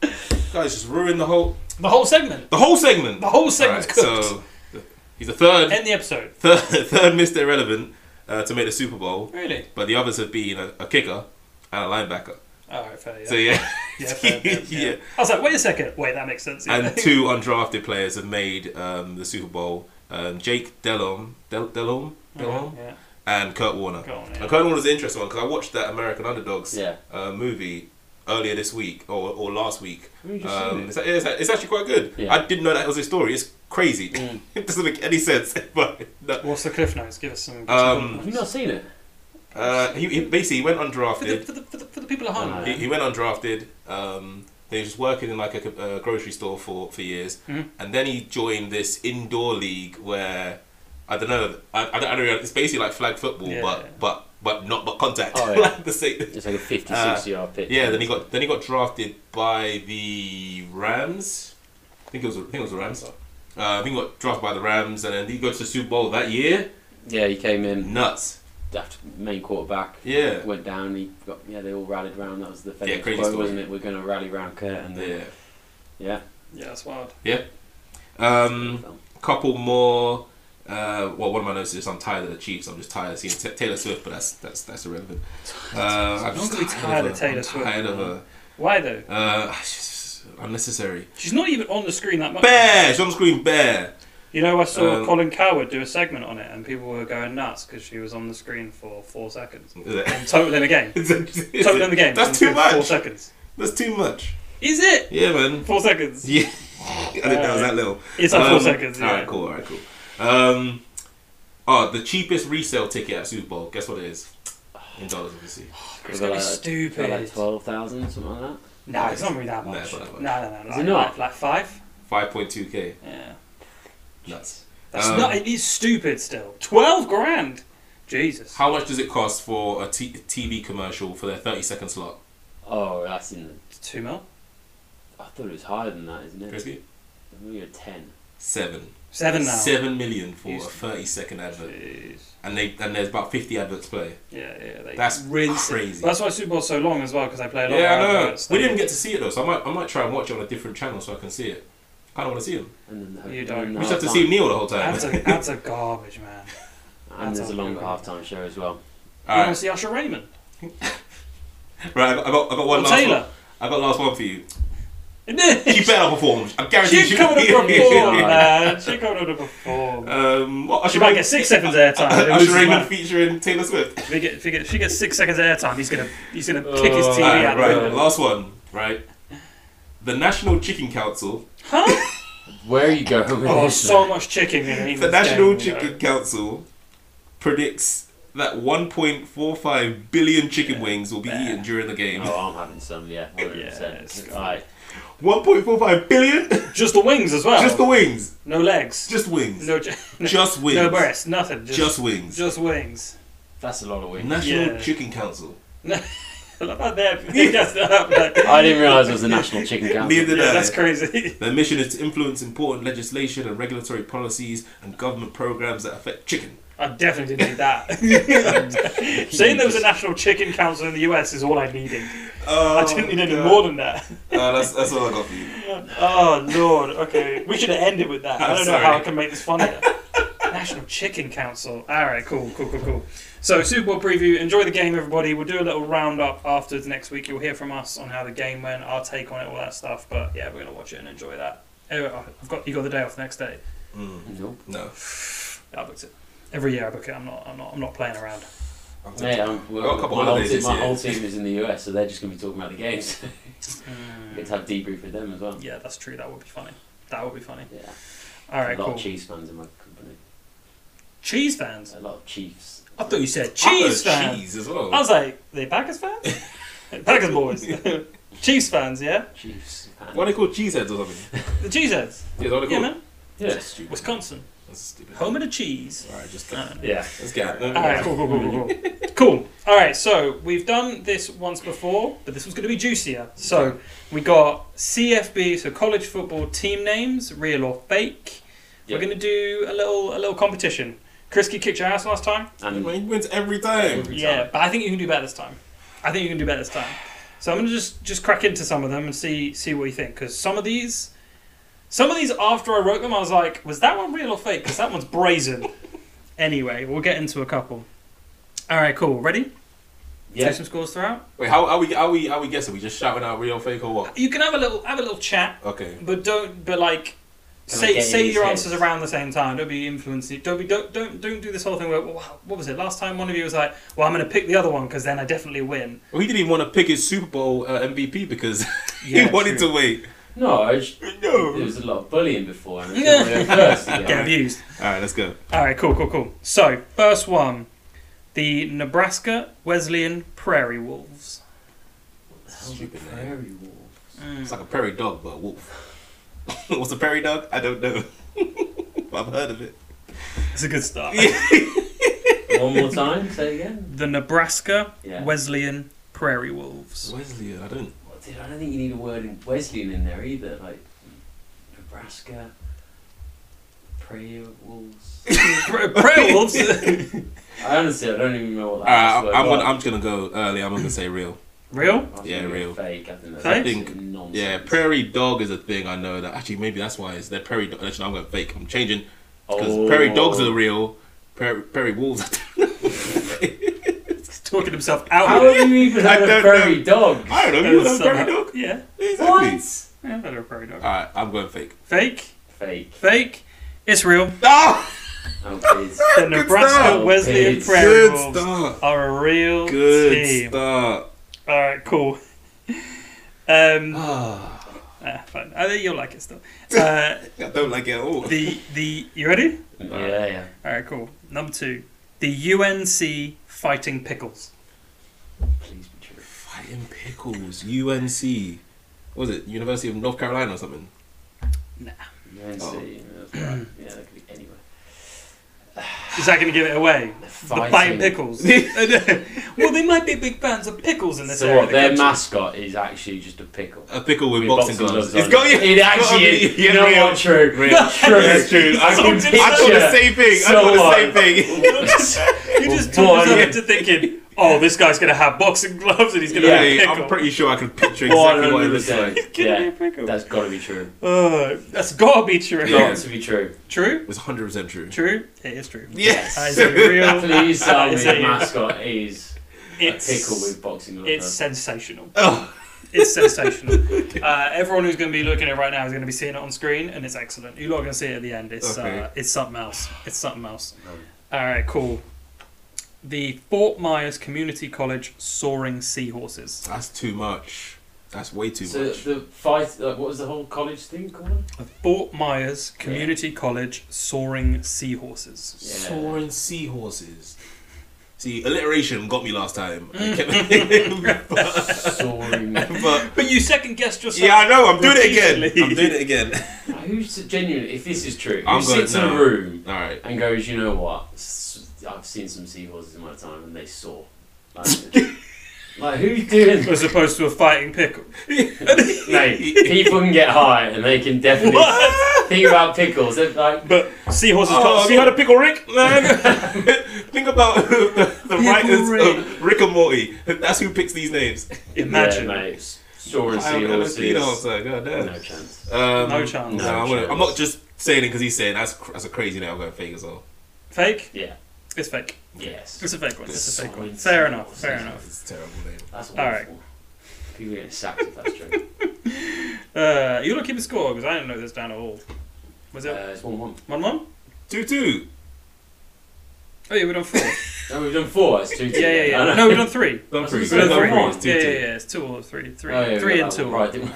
Speaker 3: Guys, just ruin the whole
Speaker 1: The whole segment,
Speaker 3: the whole segment.
Speaker 1: the whole segment's
Speaker 3: Alright,
Speaker 1: cooked.
Speaker 3: So th- he's the third
Speaker 1: End the episode.
Speaker 3: third, third Mr. Irrelevant uh, to make the Super Bowl,
Speaker 1: Really?
Speaker 3: but the others have been a, a kicker and a linebacker.
Speaker 1: All right, fair. Yeah.
Speaker 3: So yeah,
Speaker 1: yeah, fair, fair, yeah.
Speaker 3: Yeah.
Speaker 1: I was like, wait a second. Wait, that makes sense. Yeah.
Speaker 3: and two undrafted players have made um, the Super Bowl. Um, Jake Delhomme, Del- Delhomme, Delhomme,
Speaker 1: Okay, yeah.
Speaker 3: and Kurt Warner.
Speaker 1: Go on, yeah.
Speaker 3: And Kurt Warner's an interesting one because I watched that American Underdogs
Speaker 2: Yeah.
Speaker 3: uh, movie earlier this week or, or last week.
Speaker 2: We've just seen
Speaker 3: Um,
Speaker 2: it.
Speaker 3: it's, a- it's a- it's actually quite good.
Speaker 2: Yeah.
Speaker 3: I didn't know that was a story. It's crazy. it doesn't make any sense. But no.
Speaker 1: What's the cliff notes? Give us some.
Speaker 3: Um,
Speaker 2: Have you not seen it?
Speaker 3: Uh, he, he basically he went
Speaker 1: for, the,
Speaker 3: undrafted.
Speaker 1: for, the, for, the, for the people at home.
Speaker 2: No, no, no.
Speaker 3: He, he went undrafted. Um, he was working in like a, co- uh grocery store for, for years,
Speaker 2: Mm-hmm.
Speaker 1: Mhm.
Speaker 3: and then he joined this indoor league where I don't know. I, I don't, I don't know. It's basically like flag football,
Speaker 1: Yeah.
Speaker 3: but but but not but contact.
Speaker 2: Oh, yeah.
Speaker 3: Like the same-
Speaker 2: It's like a 50,
Speaker 3: Uh,
Speaker 2: 60 yard pitch.
Speaker 3: yeah. Then he got then he got drafted by the Rams. I think it was I think it was the Rams. Uh, I think he got drafted by the Rams, and then he got to the Super Bowl that year.
Speaker 2: Yeah, he came in.
Speaker 3: Nuts.
Speaker 2: after main quarterback
Speaker 3: Yeah.
Speaker 2: went down. He got yeah. They all rallied round. That was the
Speaker 3: Yeah,
Speaker 2: FedEx
Speaker 3: crazy
Speaker 2: quote,
Speaker 3: story.
Speaker 2: wasn't it? We're going to rally round Kurt and then,
Speaker 3: Yeah.
Speaker 2: yeah.
Speaker 1: Yeah, that's wild.
Speaker 3: Um, couple more. Uh, well, one of my notes is I'm tired of the Chiefs. I'm just tired of seeing Ta Taylor Swift, but that's that's that's irrelevant. Uh, I'm just
Speaker 1: Normally tired of
Speaker 3: her.
Speaker 1: Taylor
Speaker 3: I'm
Speaker 1: Swift.
Speaker 3: Tired of her.
Speaker 1: Why though?
Speaker 3: Uh, she's just unnecessary.
Speaker 1: She's not even on the screen that much.
Speaker 3: Bear. She's on the screen. Bear.
Speaker 1: You know, I saw
Speaker 3: Um,
Speaker 1: Colin Coward do a segment on it, and people were going nuts because she was on the screen for four seconds.
Speaker 3: Is it-
Speaker 1: And total in the game.
Speaker 3: is it-
Speaker 1: Total in the game.
Speaker 3: That's
Speaker 1: was
Speaker 3: too
Speaker 1: for Four
Speaker 3: much.
Speaker 1: seconds.
Speaker 3: That's too much.
Speaker 1: Is it?
Speaker 3: Yeah, man.
Speaker 1: Four seconds.
Speaker 3: Yeah. I didn't know it was that little.
Speaker 1: It's like four
Speaker 3: Um,
Speaker 1: seconds. Yeah.
Speaker 3: All right, cool. All right, cool. Um, oh, the cheapest resale ticket at Super Bowl. Guess what it is? In dollars, obviously.
Speaker 1: It's gonna be stupid.
Speaker 2: Like twelve thousand, something like that.
Speaker 1: No, it's not really that
Speaker 3: No,
Speaker 1: much.
Speaker 3: it's
Speaker 1: No,
Speaker 3: not that much.
Speaker 1: no, no. no.
Speaker 2: Is
Speaker 1: like,
Speaker 2: it not?
Speaker 1: Like, like five?
Speaker 3: Five point two k.
Speaker 1: Yeah.
Speaker 3: Nuts.
Speaker 1: That's
Speaker 3: Um,
Speaker 1: not. It is stupid still. Twelve grand. Jesus.
Speaker 3: How much does it cost for a t- TV commercial for their thirty second slot?
Speaker 2: Oh, that's in. The,
Speaker 1: It's two mil.
Speaker 2: I thought it was higher than that, isn't it?
Speaker 3: Crispy?
Speaker 2: Maybe a ten.
Speaker 3: Seven.
Speaker 1: Seven now.
Speaker 3: Seven million for a
Speaker 1: Jeez.
Speaker 3: thirty second advert,
Speaker 1: Jeez.
Speaker 3: and they and there's about fifty adverts play.
Speaker 1: Yeah, yeah. They
Speaker 3: That's
Speaker 1: rinse it.
Speaker 3: crazy.
Speaker 1: That's why Super Bowl's so long as well because they play a lot.
Speaker 3: yeah, I
Speaker 1: of
Speaker 3: know.
Speaker 1: adverts.
Speaker 3: We didn't get to see it though, so I might I might try and watch it on a different channel so I can see it. I kind of want to see them.
Speaker 2: And then the,
Speaker 1: You
Speaker 2: and
Speaker 1: don't.
Speaker 2: then
Speaker 1: We
Speaker 2: the
Speaker 3: We just have to
Speaker 2: halftime-
Speaker 3: see Neil the whole time.
Speaker 1: Oh, That's a, that's a garbage, man.
Speaker 2: And there's a
Speaker 1: That's
Speaker 2: long
Speaker 1: all.
Speaker 2: halftime show as well.
Speaker 3: All
Speaker 1: You want
Speaker 3: right,
Speaker 1: to see Usher Raymond
Speaker 3: right. I got I got, I got one
Speaker 1: or
Speaker 3: last
Speaker 1: Taylor?
Speaker 3: one. I got last one for you. She
Speaker 1: She's
Speaker 3: better perform. I guarantee she
Speaker 1: coming up to
Speaker 2: Yeah.
Speaker 1: perform, man. She's coming up to perform.
Speaker 3: Um, what,
Speaker 1: She might get six seconds airtime.
Speaker 3: Usher
Speaker 1: Which is
Speaker 3: Raymond
Speaker 1: mad.
Speaker 3: featuring Taylor Swift.
Speaker 1: If, we get, if, we get, if she gets six seconds airtime, he's gonna he's gonna kick his TV
Speaker 2: Oh,
Speaker 3: Alright,
Speaker 1: out.
Speaker 3: right,
Speaker 1: Of the room.
Speaker 3: last one. Right, the National Chicken Council.
Speaker 1: Huh?
Speaker 2: Where are you going with
Speaker 1: Oh,
Speaker 2: this?
Speaker 1: so much chicken in it.
Speaker 3: The National Chicken Council predicts that 1.45 billion chicken wings will be
Speaker 1: Yeah.
Speaker 3: eaten during the game.
Speaker 2: Oh, I'm having some, yeah. 100%.
Speaker 1: it's
Speaker 2: Right.
Speaker 3: 1.45 billion?
Speaker 1: Just the wings as well.
Speaker 3: Just the wings.
Speaker 1: no legs.
Speaker 3: Just wings.
Speaker 1: no, j-
Speaker 3: Just wings.
Speaker 1: no breasts. Nothing. Just,
Speaker 3: Just, wings.
Speaker 1: just wings.
Speaker 2: That's a lot of wings.
Speaker 3: National
Speaker 1: Yeah.
Speaker 3: Chicken Council.
Speaker 1: I love how they're- that's not- like-
Speaker 2: I didn't realise it was the National Chicken Council.
Speaker 3: Neither-
Speaker 1: yeah,
Speaker 3: I.
Speaker 1: that's crazy.
Speaker 3: Their mission is to influence important legislation and regulatory policies and government programs that affect chicken.
Speaker 1: I definitely didn't need that. Saying there was a national chicken council in the US is all I needed.
Speaker 3: Oh,
Speaker 1: I didn't need any more than that.
Speaker 3: Oh, that's, that's all I got for you.
Speaker 1: Oh lord. Okay, we should have ended with that. I
Speaker 3: I'm
Speaker 1: don't know how I
Speaker 3: sorry.
Speaker 1: can make this funnier. National Chicken Council. All right, cool, cool, cool, cool. So Super Bowl preview. Enjoy the game, everybody. We'll do a little roundup afterwards next week. You'll hear from us on how the game went, our take on it, all that stuff. But yeah, we're gonna watch it and enjoy that. Anyway, I've got you got the day off next day.
Speaker 3: Mm,
Speaker 2: Nope.
Speaker 3: no.
Speaker 1: Yeah, I booked it. Every year I book it. I'm not. I'm not. I'm not playing around.
Speaker 3: I'm
Speaker 2: Mate, I'm,
Speaker 3: got a couple
Speaker 2: my, whole
Speaker 3: holidays
Speaker 2: team,
Speaker 3: this
Speaker 2: my
Speaker 3: year.
Speaker 2: whole team is in the US, so they're just going to be talking about the games. Get to have debrief with them as well.
Speaker 1: Yeah, that's true. That would be funny. That would be funny.
Speaker 2: Yeah.
Speaker 1: All right,
Speaker 2: a lot
Speaker 1: cool.
Speaker 2: of Chiefs fans in my company.
Speaker 1: Cheese fans.
Speaker 2: A lot of Chiefs.
Speaker 1: I thought you said
Speaker 3: Other
Speaker 1: cheese fans.
Speaker 3: cheese as well.
Speaker 1: I was like, they Packers fans? Packers boys. cheese fans, yeah?
Speaker 2: Chiefs. fans.
Speaker 3: What are they called? Cheeseheads or something?
Speaker 1: The cheeseheads.
Speaker 3: Yeah, what are they called?
Speaker 1: Yeah, man.
Speaker 2: Yes.
Speaker 3: Stupid.
Speaker 1: Wisconsin.
Speaker 3: That's stupid.
Speaker 1: Home of the cheese.
Speaker 3: Alright, just go.
Speaker 1: Uh,
Speaker 2: Yeah.
Speaker 3: Let's get
Speaker 1: all right, cool, cool, cool, cool, cool. cool. All right, so we've done this once before, but this was going to be juicier. So we got CFB, so college football team names, real or fake.
Speaker 2: Yeah.
Speaker 1: We're going to do a little a little competition. Chrisky kicked your ass last time.
Speaker 2: And
Speaker 3: He wins every time.
Speaker 2: Every
Speaker 1: Yeah,
Speaker 2: time.
Speaker 1: but I think you can do better this time. I think you can do better this time. So I'm gonna just just crack into some of them and see see what you think. Because some of these, some of these after I wrote them, I was like, was that one real or fake? Because that one's brazen. anyway, we'll get into a couple. All right, cool. Ready?
Speaker 2: yeah.
Speaker 1: Take some scores throughout.
Speaker 3: Wait, how are we? How we? How we guessing? We just shouting out real fake or what?
Speaker 1: You can have a little have a little chat,
Speaker 3: Okay.
Speaker 1: but don't but like.
Speaker 2: Can I
Speaker 1: Say,
Speaker 2: get in
Speaker 1: say
Speaker 2: his
Speaker 1: your
Speaker 2: head?
Speaker 1: answers around the same time. Don't be influencing. Don't be don't don't don't do this whole thing where well, what was it last time? One of you was like, "Well, I'm going to pick the other one because then I definitely win."
Speaker 3: Well, he didn't even want to pick his Super Bowl uh, MVP because
Speaker 1: Yeah,
Speaker 3: he wanted
Speaker 1: true.
Speaker 3: to wait.
Speaker 2: No, I just, there
Speaker 3: No.
Speaker 2: was a lot of bullying before. And I was going first again.
Speaker 1: Get abused.
Speaker 3: All right, let's go.
Speaker 1: All right, cool, cool, cool. So, first one the Nebraska Wesleyan Prairie Wolves.
Speaker 3: Stupid name.
Speaker 2: Prairie Wolves.
Speaker 3: It's like a prairie dog, but a wolf. What's a prairie dog? I don't know. But I've heard of it.
Speaker 1: It's a good start.
Speaker 2: One more time, say again.
Speaker 1: The Nebraska
Speaker 2: Yeah.
Speaker 1: Wesleyan Prairie Wolves.
Speaker 3: Wesley, I don't.
Speaker 2: Well, dude, I don't think you need a word in Wesleyan in there either. Like Nebraska, Prairie Wolves.
Speaker 1: Pra- Prairie Wolves?
Speaker 2: I honestly, I don't even know what
Speaker 3: Uh,
Speaker 2: that
Speaker 3: I'm,
Speaker 2: is.
Speaker 3: I'm, gonna, I'm just gonna go early. I'm gonna say real.
Speaker 1: Real?
Speaker 3: Yeah, real.
Speaker 2: Fake. I think that's
Speaker 1: Fake?
Speaker 2: absolute
Speaker 3: I think-
Speaker 2: nonsense.
Speaker 3: Yeah, prairie dog is a thing I know that actually maybe that's why it's they're prairie dog. Actually, I'm going fake. I'm changing because
Speaker 2: Oh.
Speaker 3: prairie dogs are real. Prairie, prairie wolves. Are
Speaker 1: He's talking himself out.
Speaker 2: How
Speaker 1: of it.
Speaker 2: have you even
Speaker 3: I
Speaker 2: had a
Speaker 3: don't
Speaker 2: prairie dog?
Speaker 3: I don't know.
Speaker 1: That
Speaker 3: You
Speaker 1: was
Speaker 3: know prairie
Speaker 1: somehow-
Speaker 3: dog.
Speaker 1: Yeah.
Speaker 3: Exactly.
Speaker 2: What?
Speaker 1: Yeah, better prairie dog.
Speaker 3: All right, I'm going fake.
Speaker 1: Fake?
Speaker 2: Fake.
Speaker 1: Fake? It's real.
Speaker 3: Ah,
Speaker 2: Oh, please.
Speaker 1: The
Speaker 3: Good
Speaker 1: Nebraska
Speaker 3: start.
Speaker 1: Wesleyan
Speaker 2: Good
Speaker 1: Prairie
Speaker 3: good
Speaker 1: Wolves
Speaker 3: start.
Speaker 1: are a real
Speaker 3: Good
Speaker 1: team.
Speaker 3: start.
Speaker 1: All right, cool. Um,
Speaker 3: Ah,
Speaker 1: ah, fine. I think you'll like it still. Uh,
Speaker 3: I don't like it at all.
Speaker 1: the the you ready?
Speaker 2: yeah, yeah.
Speaker 1: All right, cool. Number two, the UNC fighting pickles.
Speaker 2: Please be true.
Speaker 3: Fighting pickles. UNC. What was it University of North Carolina or something?
Speaker 2: UNC.
Speaker 3: Oh.
Speaker 2: Yeah, that's right. yeah, that could be anywhere.
Speaker 1: Is that going to give it away?
Speaker 2: The
Speaker 1: The fighting pickles. well, they might be big fans of pickles in this
Speaker 2: So
Speaker 1: area.
Speaker 2: what?
Speaker 1: of the
Speaker 2: Their
Speaker 1: country.
Speaker 2: mascot is actually just a pickle.
Speaker 3: A pickle with
Speaker 2: With
Speaker 3: boxing,
Speaker 2: boxing
Speaker 3: gloves.
Speaker 2: gloves on
Speaker 3: It's got
Speaker 2: it. It actually is. You know
Speaker 3: real.
Speaker 2: what? True.
Speaker 3: Real.
Speaker 2: True.
Speaker 3: That's true. I
Speaker 2: I can
Speaker 1: thought- I
Speaker 3: thought the
Speaker 2: picture
Speaker 3: same thing. I
Speaker 2: so
Speaker 3: thought the same
Speaker 2: hard.
Speaker 3: thing.
Speaker 1: you just, you just
Speaker 2: Boy.
Speaker 1: talked yourself into thinking, oh, this guy's going to have boxing gloves and he's going to
Speaker 2: Yeah,
Speaker 1: be a pickle.
Speaker 3: I'm pretty sure I can picture exactly what it looks
Speaker 2: 100%.
Speaker 3: like.
Speaker 1: Gonna be a
Speaker 2: Yeah,
Speaker 1: pickle.
Speaker 2: That's got to be true.
Speaker 1: Uh, that's got to be true.
Speaker 3: Yeah.
Speaker 2: Got to be true.
Speaker 1: True?
Speaker 3: It's 100 percent true.
Speaker 1: True? It is true.
Speaker 3: Yes.
Speaker 1: That is a real.
Speaker 2: Please tell
Speaker 1: that
Speaker 2: me
Speaker 1: is
Speaker 2: the
Speaker 1: a-
Speaker 2: um, mascot is a
Speaker 1: it's,
Speaker 2: pickle with boxing gloves.
Speaker 1: It's sensational.
Speaker 3: Oh,
Speaker 1: It's sensational. Uh, everyone who's going to be looking at it right now is going to be seeing it on screen, and it's excellent. You're not going to see it at the end. It's uh,
Speaker 3: Okay.
Speaker 1: it's something else. It's something else.
Speaker 2: Um,
Speaker 1: All right, cool. The Fort Myers Community College soaring seahorses.
Speaker 3: that's too much. That's way too
Speaker 2: so
Speaker 3: much.
Speaker 2: the fight. Uh, what was the whole college thing called?
Speaker 1: The Fort Myers Community College soaring seahorses.
Speaker 3: Soaring seahorses. See, alliteration got me last time. I
Speaker 2: Mm.
Speaker 3: kept-
Speaker 2: Soaring.
Speaker 3: but
Speaker 1: But you second guessed yourself.
Speaker 3: yeah, I know. I'm doing it again.
Speaker 1: Repeatedly.
Speaker 3: I'm doing it again.
Speaker 2: Who's genuine? If this is true, who
Speaker 3: I'm going
Speaker 2: sits in a
Speaker 3: now.
Speaker 2: room
Speaker 3: All right.
Speaker 2: and goes, you know what? S- I've seen some seahorses in my time, and they soar. Like, like who's doing?
Speaker 1: As opposed to a fighting pickle.
Speaker 2: Mate, people can get high, and they can definitely think about pickles. They're like,
Speaker 1: But seahorses
Speaker 3: Oh,
Speaker 1: can't
Speaker 3: have
Speaker 1: see
Speaker 3: you heard of Pickle Rick? Think about the, the writers of Rick and Morty. That's who picks these names.
Speaker 1: Imagine.
Speaker 2: yeah, mate. s- Soaring
Speaker 3: I haven't ever seen
Speaker 2: seahorses.
Speaker 3: Answer. God damn.
Speaker 2: No chance.
Speaker 3: Um,
Speaker 1: No chance.
Speaker 3: No,
Speaker 2: No
Speaker 3: I'm, gonna,
Speaker 2: chance.
Speaker 3: I'm not just saying it because he's saying that's cr- that's a crazy name. I'm going fake as well.
Speaker 1: Fake?
Speaker 2: Yeah.
Speaker 1: It's fake.
Speaker 2: Yes.
Speaker 1: It's a fake one. It's a fake one.
Speaker 2: Soaring
Speaker 1: Fair enough.
Speaker 2: seahorses.
Speaker 1: Fair enough.
Speaker 3: It's a terrible name.
Speaker 2: That's awful.
Speaker 1: All right.
Speaker 2: People get sacked if that's true.
Speaker 1: Uh, you're not keeping score because I didn't know this down at all. Was
Speaker 2: Uh,
Speaker 1: it
Speaker 2: it's one one.
Speaker 1: one one?
Speaker 3: Two two.
Speaker 1: Oh yeah, we've done four.
Speaker 2: No, we've done four. It's two. two.
Speaker 1: yeah, yeah,
Speaker 2: I
Speaker 1: yeah.
Speaker 2: know.
Speaker 1: No, we've done three.
Speaker 3: Don't
Speaker 2: That's
Speaker 3: freeze.
Speaker 1: We've
Speaker 2: what
Speaker 3: Don't
Speaker 1: done
Speaker 2: I
Speaker 1: three.
Speaker 2: said.
Speaker 3: freeze.
Speaker 2: One,
Speaker 1: yeah,
Speaker 3: Two
Speaker 1: yeah,
Speaker 3: two.
Speaker 1: yeah. It's two or three. Three.
Speaker 2: Oh, yeah, we
Speaker 1: three
Speaker 2: got
Speaker 1: and
Speaker 2: that
Speaker 1: two.
Speaker 2: one Right, didn't we?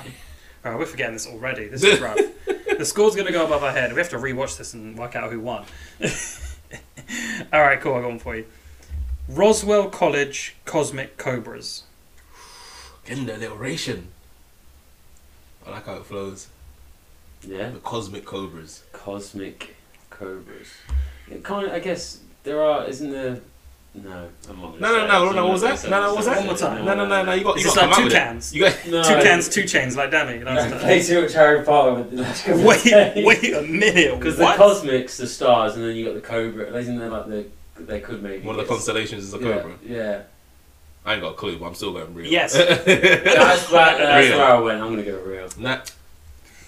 Speaker 1: All right, we're forgetting this already. This is rough. the score's gonna go above our head. We have to rewatch this and work out who won. all right, cool. I got one for you. Roswell College Cosmic Cobras.
Speaker 3: Getting the alliteration. I like how it flows.
Speaker 2: Yeah.
Speaker 3: The cosmic cobras.
Speaker 2: Cosmic cobras. It kind of, I guess there are, isn't there? No, I'm not. gonna
Speaker 3: No, no,
Speaker 2: say
Speaker 3: no,
Speaker 2: it.
Speaker 3: no, what was that? No, no, what was that?
Speaker 1: One more time.
Speaker 3: No, no, no, no. You got.
Speaker 1: It's
Speaker 3: You
Speaker 1: just
Speaker 3: got to
Speaker 1: like
Speaker 3: come
Speaker 1: two
Speaker 3: up with it.
Speaker 1: cans.
Speaker 3: You got.
Speaker 2: No.
Speaker 1: Two cans, two chains, like Danny. last
Speaker 2: No,
Speaker 1: time.
Speaker 2: play too much Harry Potter with the last couple of
Speaker 1: Wait,
Speaker 2: days.
Speaker 1: wait a minute.
Speaker 2: Because the
Speaker 1: what?
Speaker 2: cosmics, the stars, and then you got the cobra. Isn't there like the they could maybe
Speaker 3: One of the
Speaker 2: get-
Speaker 3: constellations is a
Speaker 2: yeah,
Speaker 3: cobra.
Speaker 2: Yeah,
Speaker 3: I ain't got a clue, but I'm still going real.
Speaker 1: Yes.
Speaker 2: that's, where, that's
Speaker 3: Real.
Speaker 2: where I went. I'm gonna go real.
Speaker 3: Nah,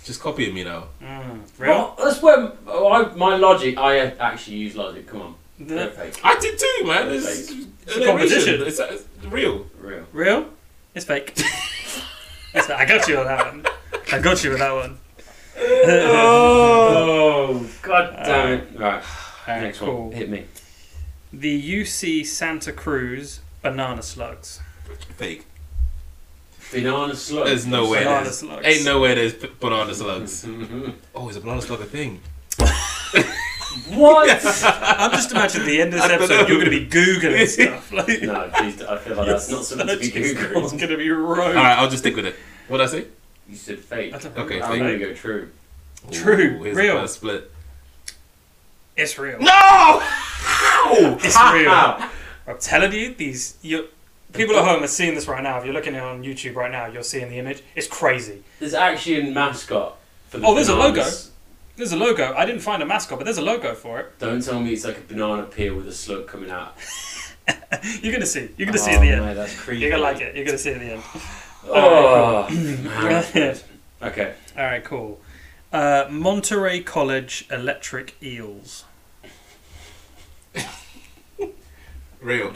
Speaker 3: just copying me now.
Speaker 1: Mm, real?
Speaker 2: Well, that's where oh, I, my logic. I actually use logic. Come on,
Speaker 1: The-
Speaker 2: Go fake.
Speaker 3: I did too, man. It's,
Speaker 1: It's a competition.
Speaker 3: It's, it's real.
Speaker 2: real.
Speaker 1: Real? It's fake. It's fake. I got you on that one. I got you with that one.
Speaker 2: Oh god damn it! Right,
Speaker 1: Alright,
Speaker 2: next
Speaker 1: uh, cool.
Speaker 2: one. Hit me.
Speaker 1: The UC Santa Cruz banana slugs.
Speaker 3: Fake.
Speaker 2: Banana slug.
Speaker 3: There's no way.
Speaker 1: Banana
Speaker 3: there's-
Speaker 1: slugs.
Speaker 3: Ain't nowhere there's p- banana slugs.
Speaker 2: Mhm.
Speaker 3: Oh, is a banana slug a thing?
Speaker 2: What?
Speaker 1: I'm just imagining the end of this
Speaker 3: I don't
Speaker 1: episode,
Speaker 3: know.
Speaker 1: you're going to be Googling stuff. Like,
Speaker 2: no, please. I feel like that's not something to be
Speaker 1: It's
Speaker 2: googled.
Speaker 1: going to be rogue.
Speaker 3: All right, I'll just stick with it. What would I say?
Speaker 2: You said fake.
Speaker 1: I don't know.
Speaker 3: Okay,
Speaker 2: I'm
Speaker 3: fake.
Speaker 2: gonna go true.
Speaker 1: True,
Speaker 3: Ooh, here's
Speaker 1: real.
Speaker 3: The first split.
Speaker 1: It's real.
Speaker 3: No! How?
Speaker 1: It's real. I'm telling you, these you people at home are seeing this right now. If you're looking at it on YouTube right now, you're seeing the image. It's crazy.
Speaker 2: There's actually a mascot for the
Speaker 1: Oh, there's a
Speaker 2: bananas.
Speaker 1: There's a logo. I didn't find a mascot, but there's a logo for it.
Speaker 2: Don't tell me it's like a banana peel with a slug coming out.
Speaker 1: You're gonna see. You're gonna see at the
Speaker 3: Oh,
Speaker 1: end.
Speaker 2: Oh, Mate, that's creepy.
Speaker 1: You're gonna like it. You're gonna see at the end.
Speaker 2: Oh, man. okay.
Speaker 1: All right, cool. Uh, Monterey College Electric Eels.
Speaker 3: Real,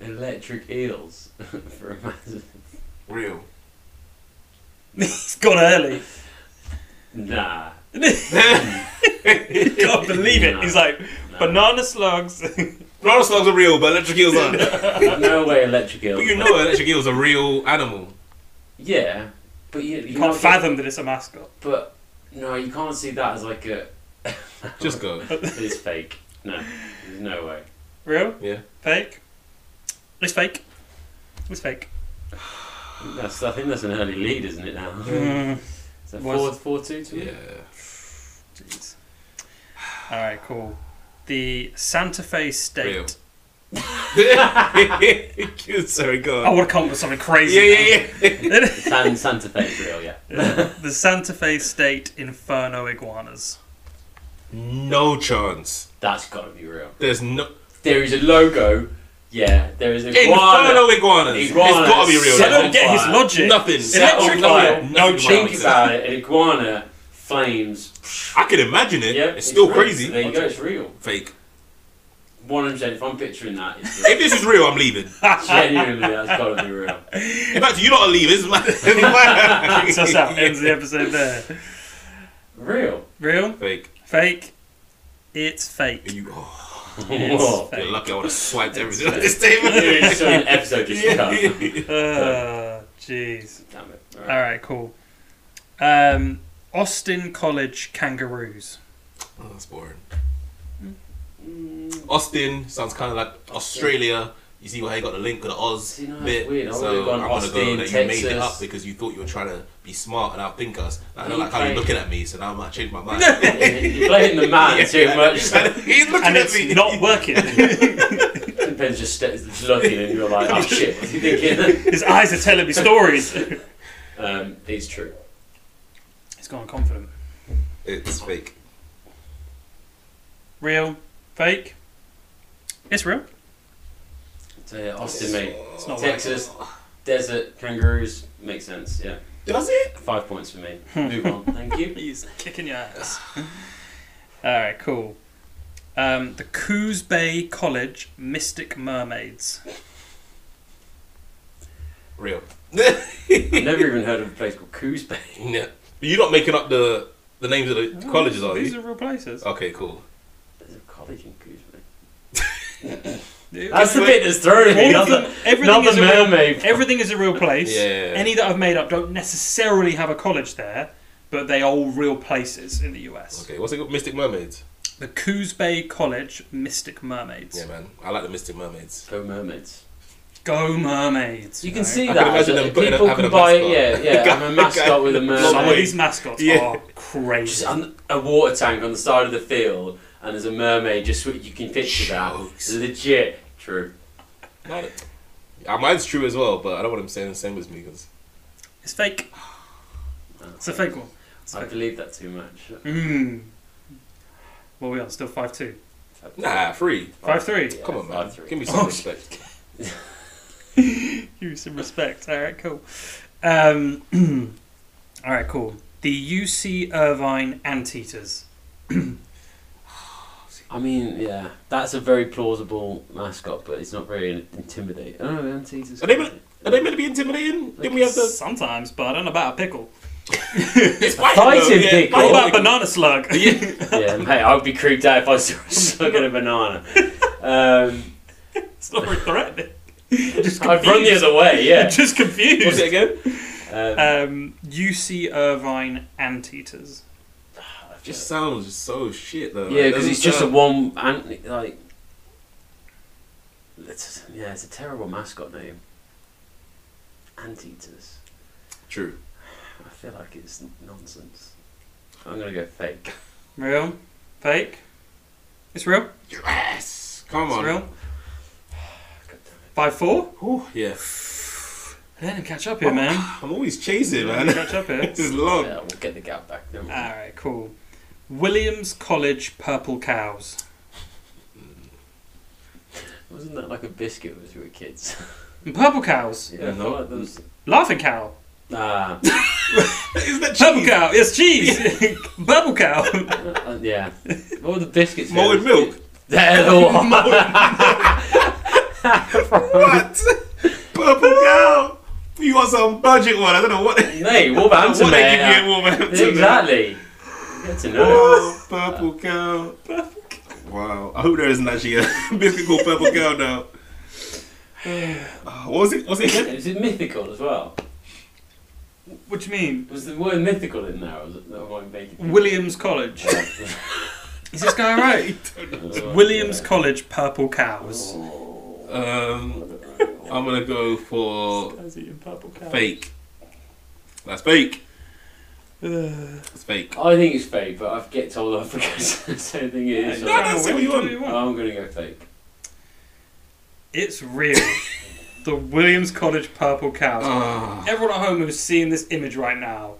Speaker 2: Electric eels for a man.
Speaker 3: real.
Speaker 1: He's gone early.
Speaker 2: Nah.
Speaker 1: He can't believe it. He's like
Speaker 2: nah.
Speaker 1: banana slugs.
Speaker 3: Banana slugs are real, but electric eels aren't.
Speaker 2: no way, electric eels.
Speaker 3: but you know, electric eels are real animal.
Speaker 2: Yeah, but you, you
Speaker 1: You can't
Speaker 2: get-
Speaker 1: fathom that it's a mascot.
Speaker 2: But no, you can't see that as like a.
Speaker 3: Just go.
Speaker 2: it's fake. No, there's no way.
Speaker 1: Real?
Speaker 3: Yeah.
Speaker 1: Fake? It's fake. It's fake.
Speaker 2: That's I think that's an early lead, isn't it? Now.
Speaker 1: Mm,
Speaker 2: Is that
Speaker 1: Was-
Speaker 2: four, four, two, two?
Speaker 3: Yeah.
Speaker 1: Jeez. All right, cool. The Santa Fe State.
Speaker 3: Real. Sorry, go
Speaker 1: I
Speaker 3: on.
Speaker 1: want to come up with something crazy.
Speaker 3: Yeah, yeah, yeah.
Speaker 2: San, Santa Fe for real, yeah.
Speaker 1: the Santa Fe State Inferno Iguanas.
Speaker 3: No chance.
Speaker 2: That's gotta be real.
Speaker 3: There's no
Speaker 2: There is a logo. Yeah, there is a
Speaker 3: Inferno iguanas.
Speaker 2: Iguanas.
Speaker 3: It's gotta be real.
Speaker 1: I
Speaker 2: Set
Speaker 1: don't get his
Speaker 2: Fire.
Speaker 1: logic.
Speaker 3: Nothing.
Speaker 1: Set
Speaker 2: on
Speaker 1: Electric
Speaker 2: fire.
Speaker 1: eel.
Speaker 3: No
Speaker 1: No
Speaker 3: chance.
Speaker 1: chance.
Speaker 2: Think about it. An iguana flames.
Speaker 3: I can imagine it.
Speaker 2: Yeah,
Speaker 3: it's, still
Speaker 2: real.
Speaker 3: crazy.
Speaker 2: There you go. It's real.
Speaker 3: Fake.
Speaker 2: One hundred percent. If I'm picturing that, it's real.
Speaker 3: If this is real, I'm leaving.
Speaker 2: genuinely that's gotta be real.
Speaker 3: In fact, you lot are leaving. This is my. this is my-
Speaker 1: Kicks us out. Ends the episode there.
Speaker 2: Real.
Speaker 1: Real?
Speaker 3: Fake.
Speaker 1: Fake? It's fake.
Speaker 3: You, oh,
Speaker 1: It's
Speaker 2: Whoa.
Speaker 3: you're
Speaker 1: fake.
Speaker 3: lucky I would have swiped everything on
Speaker 2: fake.
Speaker 3: this table.
Speaker 2: It's still an episode just
Speaker 3: Yeah.
Speaker 2: come.
Speaker 1: Uh, Jeez.
Speaker 2: Damn it. All right.
Speaker 1: All right, cool. Um, Austin College Kangaroos.
Speaker 3: Oh, that's boring.
Speaker 2: Mm,
Speaker 3: Austin sounds kind of like Australia. You see where he got the link with the Oz
Speaker 2: See, no, that's
Speaker 3: bit.
Speaker 2: weird. I
Speaker 3: So
Speaker 2: would've gone
Speaker 3: I'm gonna go
Speaker 2: Austin,
Speaker 3: that you made it
Speaker 2: Texas.
Speaker 3: up because you thought you were trying to be smart and outthink us. I don't
Speaker 2: He
Speaker 3: like how you're
Speaker 2: played-
Speaker 3: looking at me, so now I might change my mind.
Speaker 2: You're playing the man too much.
Speaker 3: He's looking
Speaker 1: And
Speaker 3: at
Speaker 1: it's
Speaker 3: me.
Speaker 1: not working.
Speaker 2: Ben's just, st- just looking and you're like, oh shit, what's he thinking?
Speaker 1: His eyes are telling me stories.
Speaker 2: um, it's true.
Speaker 1: He's gone confident.
Speaker 3: It's fake.
Speaker 1: Real? Fake? It's real.
Speaker 2: So, yeah, Austin, mate.
Speaker 1: It's not
Speaker 2: Texas, desert, kangaroos, makes sense, yeah.
Speaker 3: Does it?
Speaker 2: Five points for me.
Speaker 3: Hmm.
Speaker 2: Move on, thank you.
Speaker 1: He's kicking your ass. All right, cool. Um, the Coos Bay College Mystic Mermaids.
Speaker 3: Real.
Speaker 2: I've never even heard of a place called Coos Bay.
Speaker 3: No. You're not making up the the names of the colleges, are
Speaker 1: These
Speaker 3: you? Oh.
Speaker 1: are real places.
Speaker 3: Okay, cool.
Speaker 2: There's a college in Coos Bay.
Speaker 1: Everything,
Speaker 2: That's the bit that's throwing me. Not the, not
Speaker 1: everything, is
Speaker 2: the
Speaker 1: a real,
Speaker 2: mermaid.
Speaker 1: everything is a real place.
Speaker 3: Yeah.
Speaker 1: Any that I've made up don't necessarily have a college there, but they are all real places in the US.
Speaker 3: Okay, what's it called? Mystic Mermaids.
Speaker 1: The Coos Bay College Mystic Mermaids.
Speaker 3: Yeah, man. I like the Mystic Mermaids.
Speaker 2: Go mermaids.
Speaker 1: Go mermaids.
Speaker 2: You can
Speaker 1: know?
Speaker 2: see
Speaker 3: I can
Speaker 2: that.
Speaker 3: imagine them
Speaker 2: that
Speaker 3: putting
Speaker 2: people
Speaker 3: up- having
Speaker 2: can
Speaker 3: a
Speaker 2: buy
Speaker 3: mascot.
Speaker 2: it. Yeah, yeah. I'm a mascot with a
Speaker 1: some of
Speaker 2: mermaid.
Speaker 1: these mascots
Speaker 3: Yeah.
Speaker 1: are crazy.
Speaker 2: Just um, on a water tank on the side of the field, and there's a mermaid. Just so you can picture that.
Speaker 3: Jokes.
Speaker 2: Legit. True.
Speaker 3: Uh, mine's true as well, but I don't want him saying the same as me because
Speaker 1: It's fake. It's a fake one. It's
Speaker 2: I
Speaker 1: fake.
Speaker 2: believe that too much.
Speaker 1: Mm. What are we on? Still 5 2.
Speaker 3: nah, free.
Speaker 1: Five three.
Speaker 2: Yeah,
Speaker 3: Come on, man.
Speaker 2: five three.
Speaker 3: Give me some
Speaker 1: Oh,
Speaker 3: respect.
Speaker 1: Give you some respect. Alright, cool. Um, Alright, cool. The UC Irvine Anteaters.
Speaker 2: I mean, yeah, that's a very plausible mascot, but it's not very intimidating. Oh, anteaters.
Speaker 3: Are they meant- Are they meant to be intimidating? Didn't we have the
Speaker 1: Sometimes, but I don't know about a pickle.
Speaker 3: it's fighting?
Speaker 2: Fighting
Speaker 3: though,
Speaker 2: big
Speaker 1: What
Speaker 2: Oh,
Speaker 1: about
Speaker 3: Fighting.
Speaker 1: banana slug?
Speaker 2: yeah, mate, I would be creeped out if I saw a slug and a banana. Um,
Speaker 1: it's not very threatening. Just
Speaker 2: I'd run the
Speaker 1: confused.
Speaker 2: other way.
Speaker 1: You're
Speaker 2: Yeah.
Speaker 1: just
Speaker 3: What's it
Speaker 1: confused.
Speaker 3: again?
Speaker 2: Um,
Speaker 1: Um, UC Irvine Anteaters.
Speaker 3: Just sounds so shit though.
Speaker 2: Yeah,
Speaker 3: It
Speaker 2: because
Speaker 3: doesn't
Speaker 2: it's just a
Speaker 3: sound-
Speaker 2: one and like. It's, yeah, it's a terrible mascot name. Anteaters.
Speaker 3: true.
Speaker 2: I feel like it's nonsense. I'm gonna go fake.
Speaker 1: Real? Fake? It's real?
Speaker 3: Yes. Come
Speaker 1: It's
Speaker 3: on.
Speaker 1: real?
Speaker 2: God damn
Speaker 1: By four?
Speaker 3: Whew, yeah.
Speaker 1: Let him catch up here, man.
Speaker 3: I'm always chasing,
Speaker 1: Let him
Speaker 3: Oh, man.
Speaker 1: catch up here.
Speaker 3: this is
Speaker 2: it.
Speaker 3: long.
Speaker 1: Ah.
Speaker 2: Yeah, we'll get the gap back. Then.
Speaker 1: Alright, cool. Williams College Purple Cows.
Speaker 2: Wasn't that like a biscuit when we were kids?
Speaker 1: Purple Cows.
Speaker 2: Yeah, I
Speaker 3: No.
Speaker 2: felt like that was.
Speaker 1: Laughing Cow.
Speaker 2: Ah,
Speaker 3: Isn't that
Speaker 1: Purple
Speaker 3: cheese?
Speaker 1: Cow. Yes, cheese. Purple Cow.
Speaker 2: uh, yeah. What were the biscuits? we
Speaker 3: Malted
Speaker 2: had as
Speaker 3: milk.
Speaker 2: kids? They're the one.
Speaker 3: What? Purple cow. You want some budget one? I don't know what. They,
Speaker 2: Mate,
Speaker 3: what
Speaker 2: Wolverhampton,
Speaker 3: they give you
Speaker 2: man.
Speaker 3: at Wolverhampton.
Speaker 2: Exactly. Good to know.
Speaker 3: Oh, purple cow. Wow. I hope there isn't actually a biscuit called purple cow now. Uh, what was it? What was it again?
Speaker 2: Is it mythical as well?
Speaker 1: What do you mean?
Speaker 2: Was the word mythical in there? Or was it, or am I making
Speaker 1: Williams College. Is this guy right? It's Williams
Speaker 2: Yeah.
Speaker 1: College Purple Cows.
Speaker 3: Um, I'm gonna go for
Speaker 1: Guy's eating purple cows.
Speaker 3: fake. That's fake.
Speaker 1: Ugh.
Speaker 3: That's fake.
Speaker 2: I think it's fake, but I get told off because I don't think it is.
Speaker 1: No,
Speaker 2: so
Speaker 3: No, no, say what you
Speaker 1: Do
Speaker 3: want.
Speaker 1: you want?
Speaker 2: I'm gonna go fake.
Speaker 1: It's real. the Williams College Purple Cows.
Speaker 3: Ah.
Speaker 1: Everyone at home who's seeing this image right now,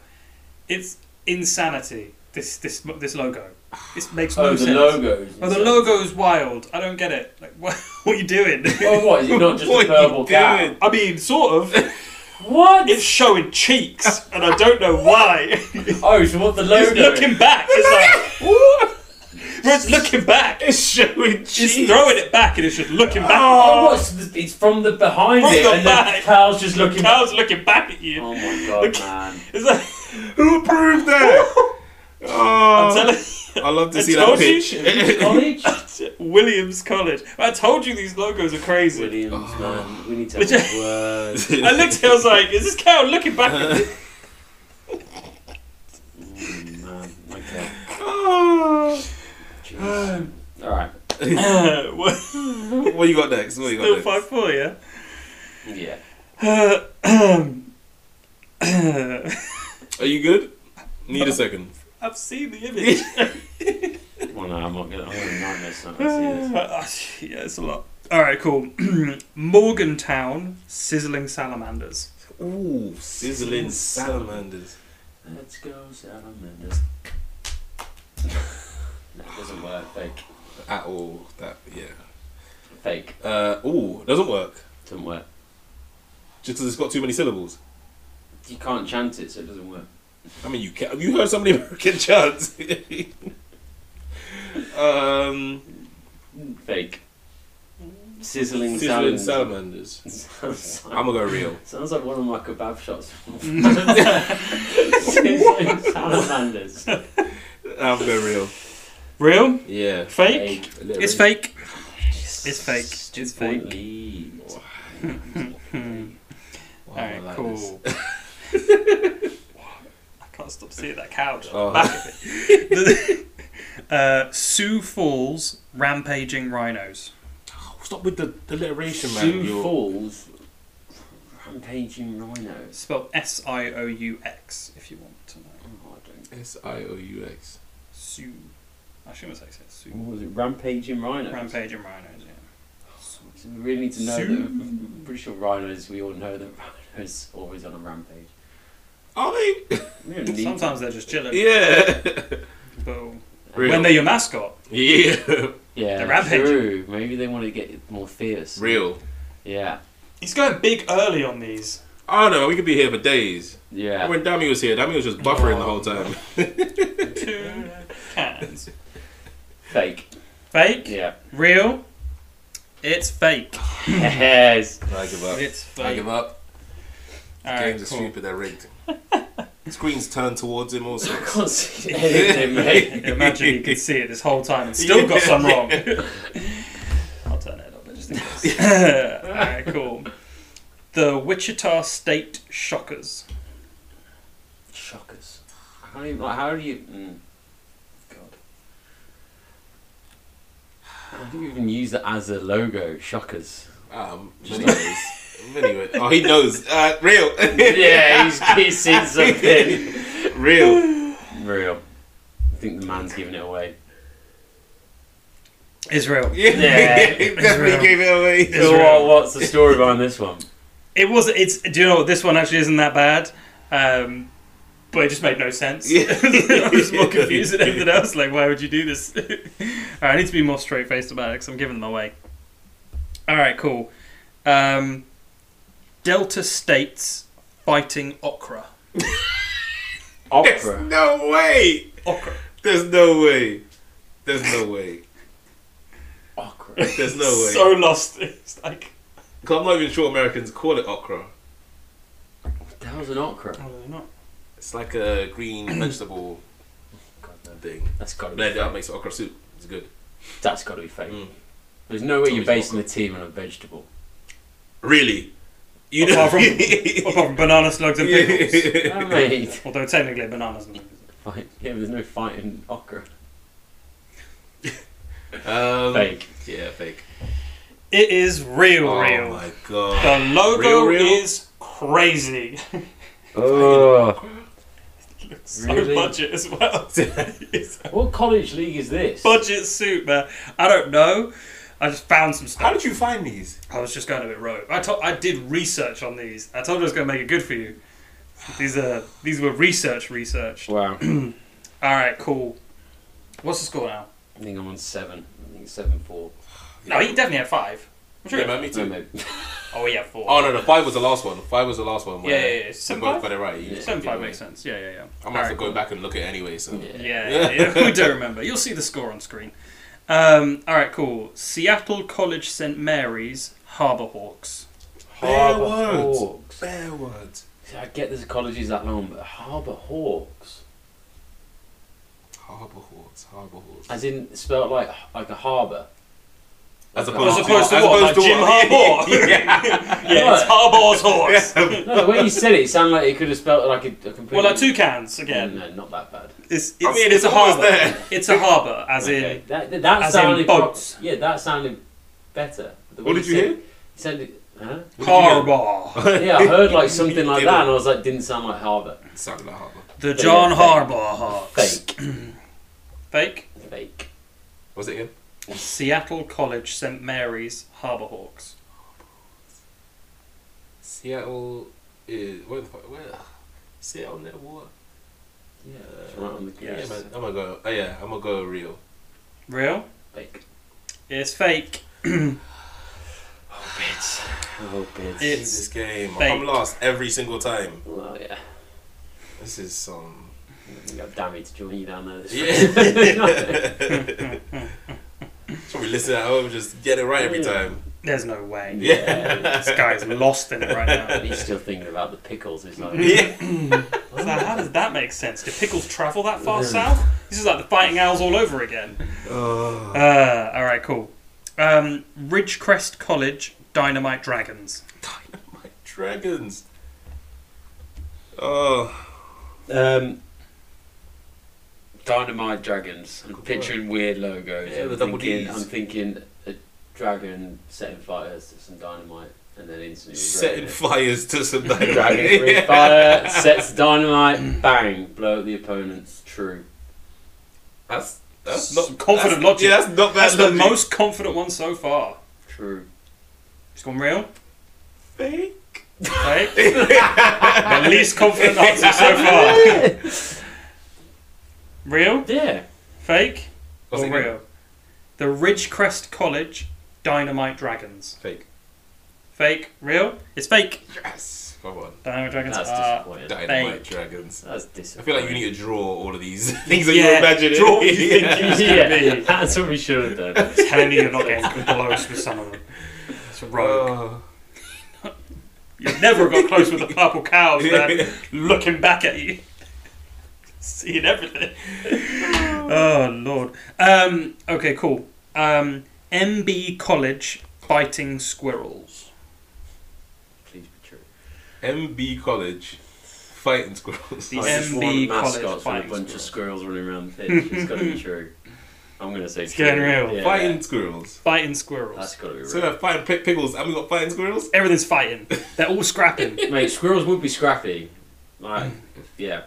Speaker 1: it's insanity. This this this logo. This makes no
Speaker 2: Oh, the
Speaker 1: sense.
Speaker 2: logo.
Speaker 1: Oh, the logo's wild. I don't get it. Like, what, what are you doing?
Speaker 2: Oh, what? Is it not just
Speaker 3: What
Speaker 2: a
Speaker 3: you
Speaker 2: purple cow?
Speaker 3: doing?
Speaker 1: I mean, sort of.
Speaker 2: What?
Speaker 1: It's showing cheeks, and I don't know why.
Speaker 2: oh, so what the logo?
Speaker 1: It's looking back. It's like, where it's looking back.
Speaker 3: it's showing
Speaker 1: It's
Speaker 3: cheese.
Speaker 1: throwing it back, and it's just looking back.
Speaker 2: Oh, what's the, it's from the behind
Speaker 1: From
Speaker 2: it,
Speaker 1: the
Speaker 2: and
Speaker 1: back.
Speaker 2: the cow's just looking.
Speaker 1: Cow's looking back at you.
Speaker 2: Oh my god,
Speaker 1: Look-
Speaker 2: man!
Speaker 1: It's like,
Speaker 3: Who approved that?
Speaker 1: I'm
Speaker 3: Oh,
Speaker 1: telling
Speaker 3: I love to
Speaker 1: I
Speaker 3: see that
Speaker 1: told you.
Speaker 3: pitch.
Speaker 2: College.
Speaker 1: you, Williams College. I told you these logos are crazy.
Speaker 2: Williams, man, we need to
Speaker 1: Oh. Which-
Speaker 2: have a word.
Speaker 1: I looked at it, I was like, is this cow looking back at me?
Speaker 2: Mm, man, okay.
Speaker 3: Oh.
Speaker 2: Jeez. All right.
Speaker 1: Uh, what-
Speaker 3: What you got next? What Oh, you got
Speaker 1: Still
Speaker 3: next?
Speaker 1: 5 4, yeah?
Speaker 2: Yeah.
Speaker 1: Uh,
Speaker 3: Are you good? Need a second.
Speaker 1: I've seen the image.
Speaker 2: Well, no, I'm not gonna. I'm gonna nightmare something. I see this.
Speaker 1: Ah, yeah, it's a lot. Alright, cool. Morgantown Sizzling Salamanders.
Speaker 3: Ooh, sizzling salamanders.
Speaker 2: Let's go, salamanders. that doesn't work. Fake.
Speaker 3: At all. That yeah.
Speaker 2: Fake.
Speaker 3: Uh, ooh, doesn't work.
Speaker 2: Doesn't work.
Speaker 3: Just 'cause it's got too many syllables.
Speaker 2: You can't chant it, so it doesn't work.
Speaker 3: I mean, you can, have you heard so many American chants? um,
Speaker 2: Fake. Sizzling,
Speaker 3: sizzling
Speaker 2: salamanders.
Speaker 3: salamanders.
Speaker 2: Sounds like,
Speaker 3: I'm gonna go real.
Speaker 2: sounds like one of my kebab shops. Sizzling salamanders.
Speaker 3: I'm gonna go real.
Speaker 1: Real?
Speaker 3: Yeah.
Speaker 1: Fake? It's fake. It's fake. It's fake. Hmm.
Speaker 3: Oh,
Speaker 1: Alright, cool. I can't stop seeing that couch.
Speaker 3: Oh.
Speaker 1: Back of it. uh, Sioux Falls rampaging rhinos.
Speaker 3: Stop with the alliteration, man.
Speaker 2: Sioux
Speaker 3: You're-
Speaker 2: Falls, rampaging rhinos.
Speaker 1: Spelled S I O U X if you want to know.
Speaker 2: Oh, I don't.
Speaker 3: S I O U X.
Speaker 1: Sioux. I shouldn't say Sioux. Sioux.
Speaker 2: What was it? Rampaging rhinos.
Speaker 1: Rampaging rhinos, yeah.
Speaker 2: So we really need to know
Speaker 1: Sioux.
Speaker 2: that. I'm pretty sure rhinos. We all know that rhinos always on a rampage.
Speaker 3: Are they?
Speaker 2: We don't need
Speaker 1: Sometimes they're just chilling.
Speaker 3: Yeah.
Speaker 1: But
Speaker 3: Real.
Speaker 1: when they're your mascot,
Speaker 3: yeah.
Speaker 2: Yeah,
Speaker 1: They're rampaging.
Speaker 2: true. Maybe they want to get more fierce.
Speaker 3: Real.
Speaker 2: Yeah,
Speaker 1: he's going big early on these.
Speaker 3: I don't know. We could be here for days.
Speaker 2: yeah.
Speaker 3: When Dami was here, Dami was just buffering the whole time.
Speaker 1: Two cans.
Speaker 2: Fake.
Speaker 1: Fake?
Speaker 2: Yeah.
Speaker 1: Real? It's fake.
Speaker 2: yes.
Speaker 3: I give up.
Speaker 1: It's fake.
Speaker 3: I give up.
Speaker 1: All right,
Speaker 3: Games are
Speaker 1: cool.
Speaker 3: stupid. They're rigged. Screens turned towards him also.
Speaker 2: I can't see anything, mate.
Speaker 1: Imagine you could see it this whole time and still got some wrong. I'll turn it up just in case. Alright, cool. The Wichita State Shockers.
Speaker 2: Shockers. How do you? Like, how do you? Mm, God. How do you even use it as a logo? Shockers.
Speaker 3: Um, many ways. Many ways. Oh, he knows. Uh, real.
Speaker 2: yeah, he's, he's seen something.
Speaker 3: real.
Speaker 2: Real. I think the man's giving it away.
Speaker 1: Israel.
Speaker 3: Yeah.
Speaker 2: Israel.
Speaker 3: Definitely gave it away.
Speaker 2: So what, what's the story behind this one?
Speaker 1: It was. It's. Do you know what? This one actually isn't that bad. Um, but it just made no sense.
Speaker 3: Yeah.
Speaker 1: I was more confused than everything else. Like, why would you do this? All right, I need to be more straight faced about it because I'm giving them away. All right, cool. Um, Delta States fighting Okra.
Speaker 3: There's
Speaker 2: Opera.
Speaker 3: no way.
Speaker 1: Okra.
Speaker 3: There's no way. There's no way.
Speaker 2: Okra.
Speaker 3: There's no way.
Speaker 1: So lost. It's like.
Speaker 3: 'Cause I'm not even sure Americans call it okra.
Speaker 2: That was an okra.
Speaker 1: Oh, they're not.
Speaker 3: It's like a green vegetable
Speaker 2: God, no.
Speaker 3: thing.
Speaker 2: That's gotta
Speaker 3: But
Speaker 2: be.
Speaker 3: then that
Speaker 2: Fake.
Speaker 3: makes okra soup. It's good.
Speaker 2: That's gotta be fake.
Speaker 3: Mm.
Speaker 2: There's no way
Speaker 3: It's
Speaker 2: you're
Speaker 3: always
Speaker 2: basing a team on a vegetable.
Speaker 3: Really? You
Speaker 1: apart,
Speaker 3: know.
Speaker 1: from, apart from banana slugs and pickles.
Speaker 2: I mean,
Speaker 1: Although technically bananas. and pickles.
Speaker 2: fight. Yeah, but there's no fighting okra.
Speaker 3: um,
Speaker 2: Fake.
Speaker 3: Yeah, fake.
Speaker 1: It is real,
Speaker 3: oh
Speaker 1: real.
Speaker 3: my god.
Speaker 1: The logo
Speaker 3: Real, real?
Speaker 1: is crazy.
Speaker 2: Oh.
Speaker 1: so
Speaker 2: Really?
Speaker 1: budget as well. It's a
Speaker 2: What college league is this?
Speaker 1: budget suit, man. I don't know. I just found some
Speaker 3: How
Speaker 1: stuff.
Speaker 3: did you find these?
Speaker 1: I was just going a bit rogue. I told, I did research on these. I told you I was going to make it good for you. These are these were research researched.
Speaker 2: Wow. I
Speaker 1: All right, cool. What's the score now?
Speaker 2: think I'm on seven. I think it's seven four.
Speaker 1: No, he definitely had five. I'm sure.
Speaker 3: Yeah, man, me
Speaker 2: No,
Speaker 3: too.
Speaker 2: maybe.
Speaker 1: Oh, he had four.
Speaker 3: Oh no, no, five was the last one. Five was the last one.
Speaker 1: yeah,
Speaker 3: where
Speaker 1: yeah, yeah.
Speaker 3: They
Speaker 1: Seven
Speaker 3: both
Speaker 1: five.
Speaker 3: got it right. You just
Speaker 1: Seven
Speaker 3: give
Speaker 1: five
Speaker 3: it
Speaker 1: makes sense. Yeah, yeah, yeah.
Speaker 3: away. I'm
Speaker 1: All
Speaker 3: have to
Speaker 1: right,
Speaker 3: go back and look at it anyway. So
Speaker 2: Yeah.
Speaker 1: Yeah, yeah, yeah. we do remember. You'll see the score on screen. Um, all right, cool. Seattle College St. Mary's Harbour Hawks.
Speaker 3: Bare
Speaker 2: Harbour
Speaker 3: words.
Speaker 2: Hawks.
Speaker 3: bare words.
Speaker 2: See, I get there's colleges that long, but Harbour Hawks,
Speaker 3: Harbour Hawks. Harbour Hawks.
Speaker 2: as in spelled like like a harbour.
Speaker 3: As
Speaker 2: Like a
Speaker 3: opposed
Speaker 1: As
Speaker 3: to
Speaker 1: opposed to
Speaker 3: as
Speaker 1: what?
Speaker 3: opposed
Speaker 1: Like
Speaker 3: to
Speaker 1: Jim
Speaker 3: what?
Speaker 1: Harbaugh? Yeah, it's Harbour's Hawks.
Speaker 3: Yeah.
Speaker 2: No, the way you said it, it sounded like it could have spelled like a, a completely.
Speaker 1: Well, like two cans again.
Speaker 2: No, uh, not that bad.
Speaker 1: It's, it's,
Speaker 3: I mean,
Speaker 1: it's,
Speaker 3: it's
Speaker 1: a
Speaker 3: almost
Speaker 1: harbour.
Speaker 3: there.
Speaker 1: It's a harbour, as
Speaker 2: Okay,
Speaker 1: in.
Speaker 2: that, that, that
Speaker 1: as in
Speaker 2: sounded
Speaker 1: boats.
Speaker 2: yeah, that sounded better. The way
Speaker 3: What did you
Speaker 2: said,
Speaker 3: hear?
Speaker 2: said it, huh?
Speaker 3: What did you hear?
Speaker 1: Harbour.
Speaker 2: yeah, I heard like something like
Speaker 3: Did it?
Speaker 2: that, and I was like, didn't sound like harbour.
Speaker 3: Sounded like Harbour.
Speaker 1: The John
Speaker 2: yeah, fake.
Speaker 1: Harbour Hawks.
Speaker 2: Fake,
Speaker 1: Fake.
Speaker 2: fake.
Speaker 3: Was it again?
Speaker 1: Seattle College St. Mary's Harbour Hawks.
Speaker 3: Seattle is where the fuck? Where? Seattle net what?
Speaker 2: Yeah, it's right on the
Speaker 1: Yes.
Speaker 2: yes.
Speaker 3: Yeah, man. I'm gonna go. Oh yeah, I'm gonna go real.
Speaker 1: Real?
Speaker 2: Fake.
Speaker 1: It's fake.
Speaker 2: Oh bits. Oh
Speaker 1: It's
Speaker 2: bits.
Speaker 3: It's this game.
Speaker 1: fake.
Speaker 3: I'm lost every single time.
Speaker 2: well, yeah.
Speaker 3: This is some.
Speaker 2: You got Dammy to join you down there. This
Speaker 3: Yeah.
Speaker 2: week.
Speaker 3: Should we listen at home? Just get it right every
Speaker 2: Yeah.
Speaker 3: time.
Speaker 1: There's no way.
Speaker 2: yeah.
Speaker 1: This guy's lost in it right now.
Speaker 2: He's still thinking about the pickles. He's like,
Speaker 3: Yeah.
Speaker 1: So how does that make sense? Do pickles travel that far south? This is like the fighting owls all over again.
Speaker 3: Oh,
Speaker 1: Uh, all right, cool. Um, Ridgecrest College, Dynamite Dragons.
Speaker 3: My dragons. Oh,
Speaker 2: Um, Dynamite Dragons. I'm picturing weird logos.
Speaker 3: Yeah,
Speaker 2: I'm
Speaker 3: the double
Speaker 2: thinking,
Speaker 3: Ds.
Speaker 2: I'm thinking a dragon setting fires to some dynamite and then instantly
Speaker 3: setting
Speaker 2: regretting it.
Speaker 3: fires to some
Speaker 2: Dragon
Speaker 3: dynamite.
Speaker 2: breathes fire, sets dynamite, bang, blow up the opponent's true.
Speaker 3: That's that's not
Speaker 1: Some confident
Speaker 3: that's,
Speaker 1: logic.
Speaker 3: Yeah, that's not bad.
Speaker 1: That's the
Speaker 3: logic.
Speaker 1: most confident one so far.
Speaker 2: True.
Speaker 1: It's gone real,
Speaker 3: fake.
Speaker 1: right? the least confident answer so far. Real,
Speaker 2: Yeah.
Speaker 1: fake,
Speaker 3: What's
Speaker 1: or
Speaker 3: it again?
Speaker 1: real? The Ridgecrest College, Dynamite Dragons.
Speaker 3: Fake.
Speaker 1: Fake, real? It's fake.
Speaker 3: Yes. Come on.
Speaker 1: Dynamite Dragons
Speaker 2: That's
Speaker 1: are
Speaker 2: disappointing.
Speaker 3: Dynamite
Speaker 1: Fake.
Speaker 3: dragons.
Speaker 2: That's
Speaker 3: I
Speaker 2: disappointing.
Speaker 3: Uh, feel like you need to draw all of these things that
Speaker 1: Yeah,
Speaker 3: you imagine.
Speaker 1: draw what you think you- It's gonna
Speaker 2: yeah,
Speaker 1: be-
Speaker 2: that's what we should have done.
Speaker 1: telling you you're not getting close with some of them. It's a rogue.
Speaker 3: Oh.
Speaker 1: You've never got close with the purple cows, man. Looking back at you. Seeing everything. Oh, Lord. Um, okay, cool. Um, MB College Fighting Squirrels.
Speaker 2: Please be true.
Speaker 3: MB College, fighting squirrels.
Speaker 1: The
Speaker 2: I just
Speaker 1: MB College
Speaker 2: want mascots with a
Speaker 1: fighting
Speaker 2: bunch of
Speaker 1: squirrels.
Speaker 2: squirrels running around the pitch. It's got to be true. I'm going to say
Speaker 1: It's
Speaker 2: true.
Speaker 1: getting real.
Speaker 2: Yeah,
Speaker 3: Fighting squirrels.
Speaker 1: Fighting squirrels.
Speaker 2: That's got to be real.
Speaker 3: So they're fighting pick pickles, and we got fighting squirrels.
Speaker 1: Everything's fighting. They're all scrapping.
Speaker 2: Mate, squirrels would be scrappy. Like, yeah,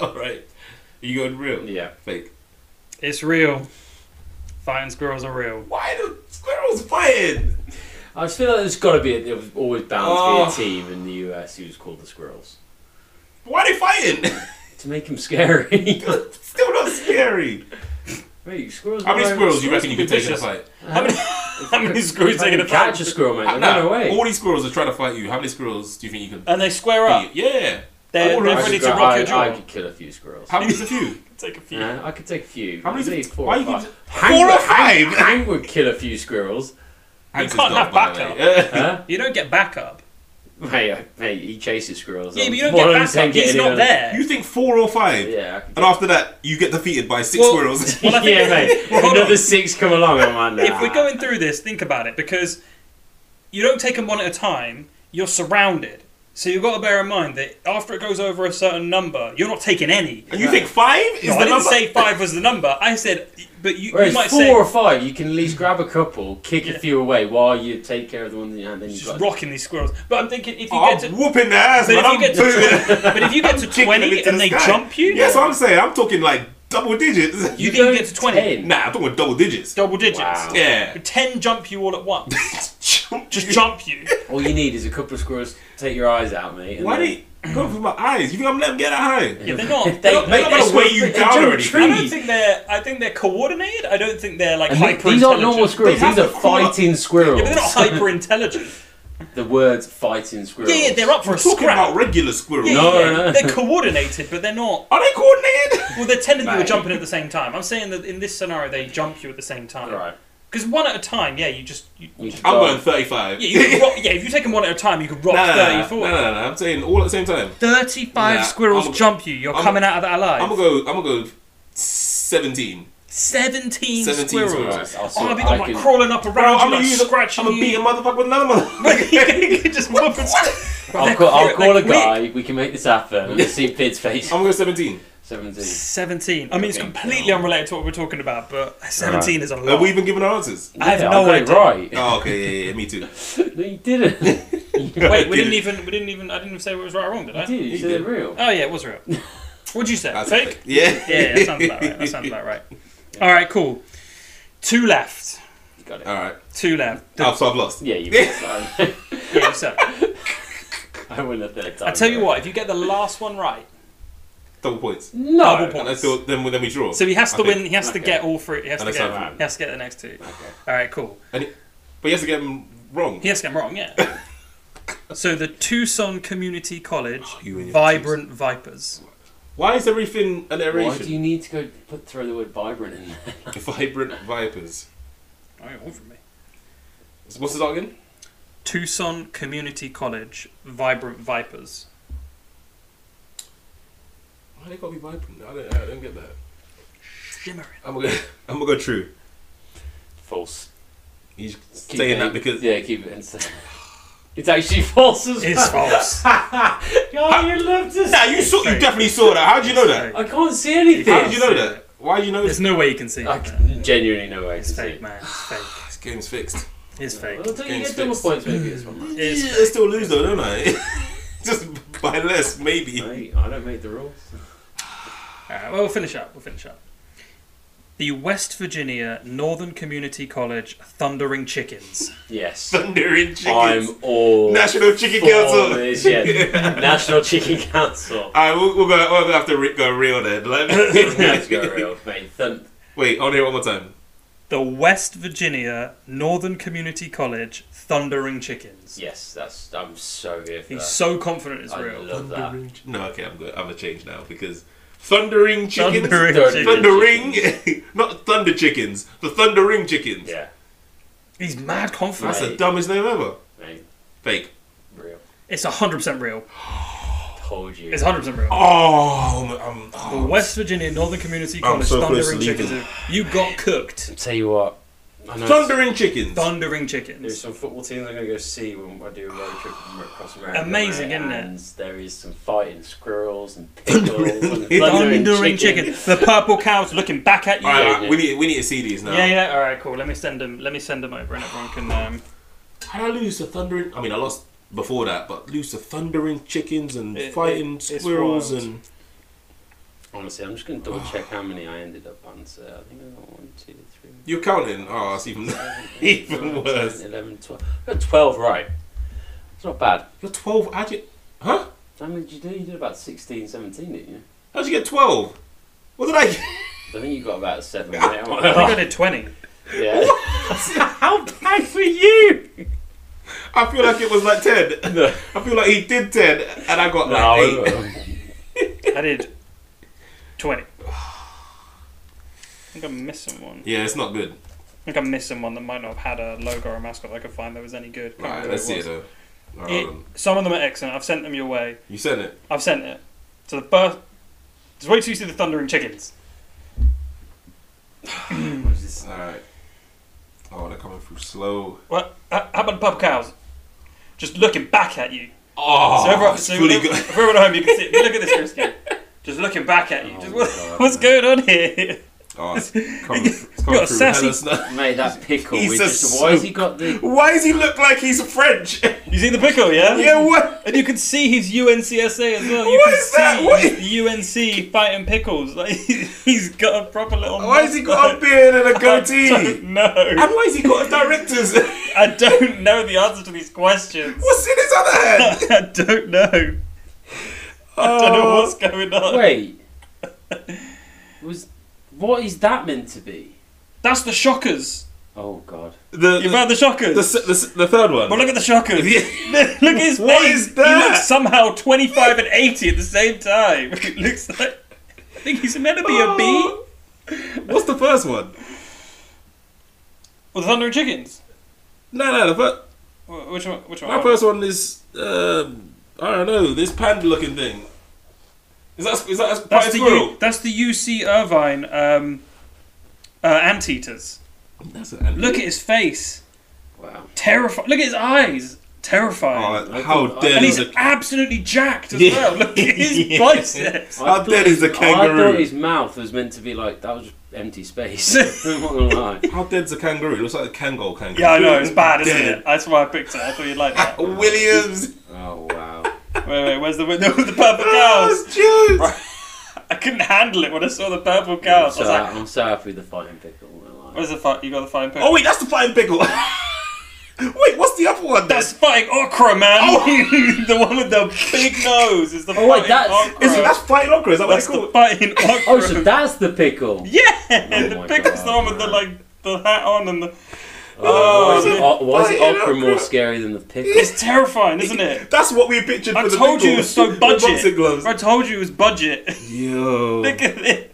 Speaker 3: All right, you going real?
Speaker 2: yeah.
Speaker 3: Fake.
Speaker 1: It's real. Fighting squirrels are real.
Speaker 3: Why do squirrels fighting?
Speaker 2: I just feel like there's got to be, a, there was always bound to
Speaker 3: Oh.
Speaker 2: be a team in the US who's called the Squirrels.
Speaker 3: Why are they fighting?
Speaker 2: to make him scary.
Speaker 3: Still not scary.
Speaker 2: Wait, squirrels.
Speaker 3: How many
Speaker 2: are-
Speaker 3: squirrels do you reckon you could take in a
Speaker 1: Vicious.
Speaker 3: fight?
Speaker 1: How many, how many screws
Speaker 2: If I
Speaker 1: taking a
Speaker 2: can catch
Speaker 1: fight?
Speaker 2: a squirrel, mate. They run
Speaker 3: No,
Speaker 2: away.
Speaker 3: all these squirrels are trying to fight you. How many squirrels do you think you could
Speaker 1: And they square up.
Speaker 3: beat? Yeah.
Speaker 1: They're,
Speaker 3: all
Speaker 1: they're
Speaker 3: right.
Speaker 1: ready to
Speaker 2: I-
Speaker 1: rock your
Speaker 2: I, I
Speaker 1: jaw.
Speaker 2: could kill a few squirrels.
Speaker 3: How many's a few?
Speaker 1: Take a few.
Speaker 2: Yeah, I could take a few.
Speaker 3: How many-
Speaker 2: At least four
Speaker 3: why
Speaker 2: or
Speaker 3: you
Speaker 2: five.
Speaker 3: could-
Speaker 2: Hank
Speaker 3: Four or
Speaker 2: would- Hank-
Speaker 3: five?
Speaker 2: Hank would kill a few squirrels.
Speaker 3: Hanks is
Speaker 1: can't
Speaker 3: dog,
Speaker 1: have
Speaker 3: by the
Speaker 1: backup.
Speaker 3: way.
Speaker 2: Huh?
Speaker 1: You don't get backup.
Speaker 2: Hey, uh, hey, he chases squirrels.
Speaker 1: Yeah,
Speaker 2: I'm
Speaker 1: but you don't
Speaker 2: more
Speaker 1: get
Speaker 2: than saying
Speaker 1: backup. He's
Speaker 2: getting
Speaker 1: not
Speaker 2: in on-
Speaker 1: there.
Speaker 3: You think four or five?
Speaker 2: Yeah, I could
Speaker 3: And after that, you get defeated by six
Speaker 1: Well-
Speaker 3: squirrels.
Speaker 1: Well, I think-
Speaker 2: yeah, mate.
Speaker 1: Hold
Speaker 2: Another
Speaker 1: on.
Speaker 2: six come along, I'm on
Speaker 1: If we're going through this, think about it because you don't take them one at a time. You're surrounded, so you've got to bear in mind that after it goes over a certain number, you're not taking any.
Speaker 3: And you think five is
Speaker 1: No, I
Speaker 3: the
Speaker 1: didn't
Speaker 3: number?
Speaker 1: say five was the number. I said, but you, you
Speaker 2: Whereas
Speaker 1: might
Speaker 2: four
Speaker 1: say
Speaker 2: or five, you can at least grab a couple, kick a few away while you take care of the ones in your hand. Then you
Speaker 1: just
Speaker 2: got.
Speaker 1: rocking these squirrels. But I'm thinking if you
Speaker 3: I'm
Speaker 1: get to,
Speaker 3: whooping their ass,
Speaker 1: but if
Speaker 3: man. Oh, I'm
Speaker 1: you get
Speaker 3: doing
Speaker 1: to, but if you get to
Speaker 3: kicking them
Speaker 1: twenty
Speaker 3: into
Speaker 1: and
Speaker 3: the
Speaker 1: they
Speaker 3: sky.
Speaker 1: jump you,
Speaker 3: That's what I'm saying. I'm talking like double digits.
Speaker 1: you
Speaker 2: You
Speaker 1: think you
Speaker 2: don't
Speaker 1: get to twenty.
Speaker 2: ten.
Speaker 3: Nah, I'm talking double digits.
Speaker 1: Double digits.
Speaker 2: Wow.
Speaker 3: Yeah.
Speaker 1: 10 jump you all at once.
Speaker 3: Jump,
Speaker 1: Just
Speaker 3: you-
Speaker 1: jump you.
Speaker 2: All you need is a couple of squirrels to take your eyes out, mate. and
Speaker 3: Why
Speaker 2: then-
Speaker 3: they go for my eyes? You think I'm letting them get that high?
Speaker 1: Yeah, they're not.
Speaker 2: They-
Speaker 1: They're not,
Speaker 3: They're
Speaker 1: they're
Speaker 3: not
Speaker 2: Mate,
Speaker 1: not
Speaker 3: gonna
Speaker 2: it's
Speaker 3: weigh
Speaker 2: worth
Speaker 3: you
Speaker 2: it.
Speaker 3: down
Speaker 2: Jump
Speaker 3: already.
Speaker 2: trees.
Speaker 1: I don't think they're. I think they're coordinated. I don't think they're like
Speaker 2: And th-
Speaker 1: hyper.
Speaker 2: these aren't normal squirrels.
Speaker 3: They have
Speaker 2: These are
Speaker 3: to crawl up.
Speaker 2: fighting squirrels.
Speaker 1: Yeah, but they're not hyper intelligent.
Speaker 2: the words "fighting squirrels."
Speaker 1: yeah, yeah, they're up for a
Speaker 3: Talking
Speaker 1: scrap.
Speaker 3: about regular squirrels.
Speaker 1: yeah,
Speaker 2: No,
Speaker 1: yeah.
Speaker 2: no.
Speaker 1: They're coordinated, but they're not.
Speaker 3: Are they coordinated?
Speaker 1: Well, they're ten of you are
Speaker 2: Mate.
Speaker 1: jumping at the same time. I'm saying that in this scenario, they jump you at the same time.
Speaker 2: Right.
Speaker 1: Because one at a time, yeah, you just. You,
Speaker 2: You should
Speaker 3: I'm
Speaker 2: go.
Speaker 3: going 35.
Speaker 1: yeah, you could rock, yeah, if you take them one at a time, you could rock
Speaker 3: Nah, nah, nah,
Speaker 1: 30, 40.
Speaker 3: nah, nah, nah, I'm saying all at the same time.
Speaker 1: 35
Speaker 3: Nah,
Speaker 1: squirrels
Speaker 3: I'm-
Speaker 1: jump you. You're
Speaker 3: I'm-
Speaker 1: coming out of that alive.
Speaker 3: I'm gonna go. I'm gonna go 17.
Speaker 1: 17,
Speaker 3: 17
Speaker 1: squirrels.
Speaker 3: squirrels.
Speaker 2: Right, I'll
Speaker 1: Oh,
Speaker 2: sort-
Speaker 1: I've been like
Speaker 2: I can-
Speaker 1: crawling up around you,
Speaker 3: I'm
Speaker 1: like
Speaker 3: use a-
Speaker 1: scratching
Speaker 3: I'm gonna beat
Speaker 1: you.
Speaker 3: a motherfucker with another motherfucker.
Speaker 1: you can just whoop and
Speaker 2: I'll
Speaker 1: They're
Speaker 2: call, I'll
Speaker 1: quick,
Speaker 2: call a
Speaker 1: they're quick. Oh.
Speaker 2: guy. We can make this happen. Let's see Bid's face.
Speaker 3: I'm gonna go 17.
Speaker 2: Seventeen.
Speaker 1: 17. I mean, it's
Speaker 2: Okay.
Speaker 1: completely unrelated to what we're talking about, but 17 is a lot.
Speaker 3: Have we even given our answers?
Speaker 1: I have
Speaker 2: Yeah,
Speaker 1: no
Speaker 2: I got
Speaker 1: idea.
Speaker 2: it right.
Speaker 3: Oh, okay, yeah, yeah, me too.
Speaker 2: No, you didn't.
Speaker 1: Wait, we
Speaker 3: Did
Speaker 1: didn't
Speaker 3: it.
Speaker 1: even, we didn't even, I didn't even say what was right or wrong, did I?
Speaker 2: You did. You
Speaker 3: You
Speaker 2: said
Speaker 3: did.
Speaker 2: it real.
Speaker 1: Oh, yeah, it was real. What'd you say?
Speaker 3: That's a
Speaker 1: Fake?
Speaker 3: fake. Yeah.
Speaker 1: Yeah, that sounds about right. That sounds about right. All right, cool. Two left.
Speaker 2: You got it.
Speaker 3: All right.
Speaker 1: Two left.
Speaker 3: Oh, so I've lost.
Speaker 2: Yeah, you got it.
Speaker 1: Yeah, so.
Speaker 2: I win a third time.
Speaker 1: I tell you
Speaker 2: right?
Speaker 1: what, if you get the last one right,
Speaker 3: Double points.
Speaker 1: double
Speaker 2: No.
Speaker 1: points.
Speaker 3: And that's still, then, then we draw.
Speaker 1: So he has
Speaker 3: I
Speaker 1: to
Speaker 3: think.
Speaker 1: win. He has to
Speaker 2: Okay.
Speaker 1: get all three. He has to
Speaker 3: Unless
Speaker 1: get.
Speaker 3: I've-
Speaker 1: He has to get the next two. All right, cool.
Speaker 3: And it- but you have to get them wrong.
Speaker 1: He has to get them wrong. Yeah. so the Tucson Community College
Speaker 3: you and your
Speaker 1: Vibrant Vipers.
Speaker 3: Why is everything an
Speaker 2: Why
Speaker 3: iteration?
Speaker 2: do you need to go put throw the word vibrant in there?
Speaker 3: Vibrant vipers.
Speaker 1: All right, all from me.
Speaker 3: What's the dog again?
Speaker 1: Tucson Community College Vibrant Vipers.
Speaker 3: Why they gotta be vibrant? I don't, I don't get that.
Speaker 1: Shimmering.
Speaker 3: I'm gonna, I'm gonna go true.
Speaker 2: False.
Speaker 3: He's
Speaker 2: Keep
Speaker 3: saying
Speaker 2: it-
Speaker 3: that because
Speaker 2: yeah, keep it. Inside. It's actually false as
Speaker 1: It's
Speaker 2: well.
Speaker 1: false.
Speaker 2: oh, you love to.
Speaker 3: Nah,
Speaker 2: say-
Speaker 3: you saw, you definitely saw that. How do you know that?
Speaker 2: I can't see anything.
Speaker 3: How did you know that? Why do you know
Speaker 1: There's
Speaker 3: this?
Speaker 1: no way you can see.
Speaker 2: I
Speaker 1: it, man.
Speaker 2: can, genuinely no way.
Speaker 1: It's fake, man. It's fake.
Speaker 3: This game's fixed.
Speaker 1: It's fake.
Speaker 2: Well, don't you
Speaker 3: Game's
Speaker 2: get double
Speaker 3: fixed.
Speaker 2: points maybe this one? man?
Speaker 1: It is
Speaker 3: Yeah, I
Speaker 1: fake.
Speaker 3: still lose though, don't I? Just by less, maybe.
Speaker 2: Mate, I don't make the rules.
Speaker 1: All right, well, we'll finish up. We'll finish up. The West Virginia Northern Community College Thundering Chickens.
Speaker 2: Yes.
Speaker 3: Thundering chickens.
Speaker 2: I'm all
Speaker 3: National Chicken
Speaker 2: for
Speaker 3: Council.
Speaker 2: this, yes. National Chicken Council.
Speaker 3: Alright, we'll, we'll, go, we'll have to re- go real then.
Speaker 2: Let's go
Speaker 3: Like,
Speaker 2: real, mate. Thun-
Speaker 3: wait, I'll hear it one more time.
Speaker 1: The West Virginia Northern Community College Thundering Chickens.
Speaker 2: yes, that's. I'm so here for
Speaker 1: He's
Speaker 2: that.
Speaker 1: so confident it's
Speaker 2: I
Speaker 1: real.
Speaker 2: love that.
Speaker 3: Thundering chi- No, okay, I'm going. I'm gonna change now because thundering chickens,
Speaker 1: Thundering
Speaker 2: Thundering.
Speaker 1: Chickens.
Speaker 3: thundering, not thunder chickens, the thundering chickens.
Speaker 2: Yeah,
Speaker 1: He's mad
Speaker 3: That's
Speaker 1: confident.
Speaker 3: the
Speaker 2: Right.
Speaker 3: dumbest name ever.
Speaker 2: mate.
Speaker 3: Fake.
Speaker 2: Real.
Speaker 1: It's 100% real.
Speaker 2: Told you.
Speaker 1: It's 100% real.
Speaker 3: Oh, I'm, I'm-
Speaker 1: The
Speaker 3: oh.
Speaker 1: West Virginia Northern Community
Speaker 3: I'm
Speaker 1: College
Speaker 3: so close
Speaker 1: Thundering
Speaker 3: to leaving.
Speaker 1: Chickens. You got cooked.
Speaker 2: Tell you what. I know
Speaker 3: thundering chickens.
Speaker 1: Thundering
Speaker 2: There's
Speaker 1: Chickens.
Speaker 2: some football teams I'm going to go see when I do a road trip from across America.
Speaker 1: Amazing,
Speaker 2: mate,
Speaker 1: isn't it?
Speaker 2: And there is some fighting squirrels and pickles and
Speaker 1: Thundering,
Speaker 2: thundering,
Speaker 1: chicken.
Speaker 2: chickens.
Speaker 1: The purple cow's looking back at you.
Speaker 3: All right,
Speaker 2: Yeah, yeah.
Speaker 3: we need we need to see these now.
Speaker 1: yeah, yeah. All right, cool. Let me send them. Let me send them over, and everyone can. Um,
Speaker 3: How did I lose the thundering? I mean, I lost before that, but lose the thundering chickens and
Speaker 1: It-
Speaker 3: fighting
Speaker 1: it- it's
Speaker 3: squirrels
Speaker 1: wild.
Speaker 3: and
Speaker 2: Honestly, I'm just going to double check how many I ended up on. So I think I got one, two, three.
Speaker 3: you're counting. Oh, it's even
Speaker 2: seven, eight,
Speaker 3: even
Speaker 2: nine,
Speaker 3: worse.
Speaker 2: 10, 11, 12. I got 12 right. It's not bad.
Speaker 3: You're twelve. Adi- huh?
Speaker 2: How many did you do? You did about 16, 17, didn't you?
Speaker 3: How'd you get 12? What did I get?
Speaker 2: I think you got about seven.
Speaker 1: I think I
Speaker 2: yeah.
Speaker 1: did 20.
Speaker 2: yeah.
Speaker 3: How bad for you? I feel like it was like 10.
Speaker 2: No.
Speaker 3: I feel like he did 10 and I got
Speaker 2: No,
Speaker 3: like 8.
Speaker 1: I did 20. I think I'm missing one.
Speaker 3: Yeah, it's not good.
Speaker 1: I think I'm missing one that might not have had a logo or a mascot I could find that was any good. Can't
Speaker 3: Alright,
Speaker 1: remember
Speaker 3: let's
Speaker 1: who
Speaker 3: see it
Speaker 1: was.
Speaker 3: though.
Speaker 1: It-
Speaker 3: Um,
Speaker 1: some of them are excellent. I've sent them your way.
Speaker 3: you sent it.
Speaker 1: I've sent it. So the first. Just wait till you see the Thundering Chickens.
Speaker 2: What is this?
Speaker 3: Alright. Oh, they're coming through slow.
Speaker 1: Well, how how about the pub cows? Just looking back at you.
Speaker 3: Oh,
Speaker 1: so everyone,
Speaker 3: it's
Speaker 1: so
Speaker 3: really
Speaker 1: ev-
Speaker 3: good.
Speaker 1: everyone at home, you can see. Look at this, Christian. Just looking back at you.
Speaker 2: Oh
Speaker 1: Just,
Speaker 2: my
Speaker 1: what,
Speaker 2: God,
Speaker 1: what's
Speaker 2: man.
Speaker 1: going on here?
Speaker 3: Oh, it's coming, it's
Speaker 1: got
Speaker 3: coming
Speaker 1: a
Speaker 3: through
Speaker 1: sassy-
Speaker 3: hella slow.
Speaker 2: Mate, that pickle. is
Speaker 3: He's a
Speaker 2: just, why has he
Speaker 3: soap.
Speaker 2: got the.
Speaker 3: Why does he look like he's French?
Speaker 1: You see the pickle, yeah?
Speaker 3: yeah, what?
Speaker 1: And you can see his UNCSA as well. You
Speaker 3: What
Speaker 1: can
Speaker 3: is that?
Speaker 1: see
Speaker 3: What
Speaker 1: UNC fighting pickles. Like he's got a proper little.
Speaker 3: Why has he got a beard and a goatee?
Speaker 1: No,
Speaker 3: And why has he got a director's?
Speaker 1: I don't know the answer to these questions.
Speaker 3: What's in his other hand?
Speaker 1: I don't know. I don't
Speaker 3: Oh.
Speaker 1: know what's going on.
Speaker 2: Wait. Was What is that meant to be?
Speaker 1: That's the shockers.
Speaker 2: Oh, God.
Speaker 3: The,
Speaker 1: You found the shockers.
Speaker 3: the, the, the, the third one.
Speaker 1: Well, look at the shockers.
Speaker 3: Yeah.
Speaker 1: look at his
Speaker 3: What
Speaker 1: face.
Speaker 3: is that?
Speaker 1: He looks somehow 25 and 80 at the same time. It looks like. I think he's meant to be a
Speaker 3: Oh.
Speaker 1: bee.
Speaker 3: What's the first one?
Speaker 1: Well, the Thunder and Chickens.
Speaker 3: No, no, the first,
Speaker 1: Wh- Which one? Which one?
Speaker 3: my first one is um, I don't know this panda-looking thing. Is that is that a
Speaker 1: That's
Speaker 3: prize
Speaker 1: the,
Speaker 3: squirrel?
Speaker 1: U, that's the UC Irvine um, uh, anteaters.
Speaker 3: That's an ant.
Speaker 1: Look at his face.
Speaker 2: Wow.
Speaker 1: Terrified. Look at his eyes. Terrifying.
Speaker 3: Oh, how dare
Speaker 1: and
Speaker 3: there's
Speaker 1: he's
Speaker 3: a
Speaker 1: absolutely jacked as
Speaker 3: Yeah.
Speaker 1: well. Look at his
Speaker 3: Yeah.
Speaker 1: biceps.
Speaker 3: How
Speaker 2: I
Speaker 3: dead
Speaker 2: thought
Speaker 3: is a
Speaker 2: his- I
Speaker 3: kangaroo?
Speaker 2: thought his mouth was meant to be like that was just empty space. I'm not gonna lie.
Speaker 3: how dead's a kangaroo? It looks like a Kangol kangaroo.
Speaker 1: Yeah, I know. It's bad, isn't
Speaker 3: Dead.
Speaker 1: it? That's why I picked it. I thought you'd like that. wait,
Speaker 3: Williams.
Speaker 2: Oh wow.
Speaker 1: wait. Where's the window with the purple
Speaker 3: Oh,
Speaker 1: cows?
Speaker 3: it's Jude.
Speaker 1: I couldn't handle it when I saw the purple cows. I
Speaker 2: So
Speaker 1: was like,
Speaker 2: I'm so happy with the fighting pickle. I'm not gonna lie.
Speaker 1: where's the fi- You got the fine pickle.
Speaker 3: Oh wait, that's the flying pickle. wait, what's the other one? Then?
Speaker 1: that's fighting okra, man.
Speaker 3: Oh.
Speaker 1: the one with the big nose is the
Speaker 2: Oh, wait,
Speaker 1: fighting
Speaker 2: that's-
Speaker 1: okra.
Speaker 3: Is it, that's fighting okra. Is that what
Speaker 1: That's
Speaker 3: it's
Speaker 1: the
Speaker 3: called?
Speaker 1: fighting okra.
Speaker 2: Oh, so that's the pickle.
Speaker 1: Yeah,
Speaker 2: Oh
Speaker 1: the
Speaker 2: my
Speaker 1: pickle's
Speaker 2: God,
Speaker 1: the one with the
Speaker 2: man.
Speaker 1: like the hat on and the.
Speaker 2: Oh, why is
Speaker 1: man.
Speaker 2: it, o- why is it
Speaker 3: Fighting
Speaker 2: opera more
Speaker 3: okra.
Speaker 2: scary than the pickle?
Speaker 1: It's terrifying, isn't it?
Speaker 3: That's what we pictured
Speaker 1: I
Speaker 3: for the
Speaker 1: told you it
Speaker 3: pickle.
Speaker 1: was so
Speaker 3: The
Speaker 1: budget.
Speaker 3: boxing gloves.
Speaker 1: I told you it was budget.
Speaker 3: Yo.
Speaker 1: Look at it.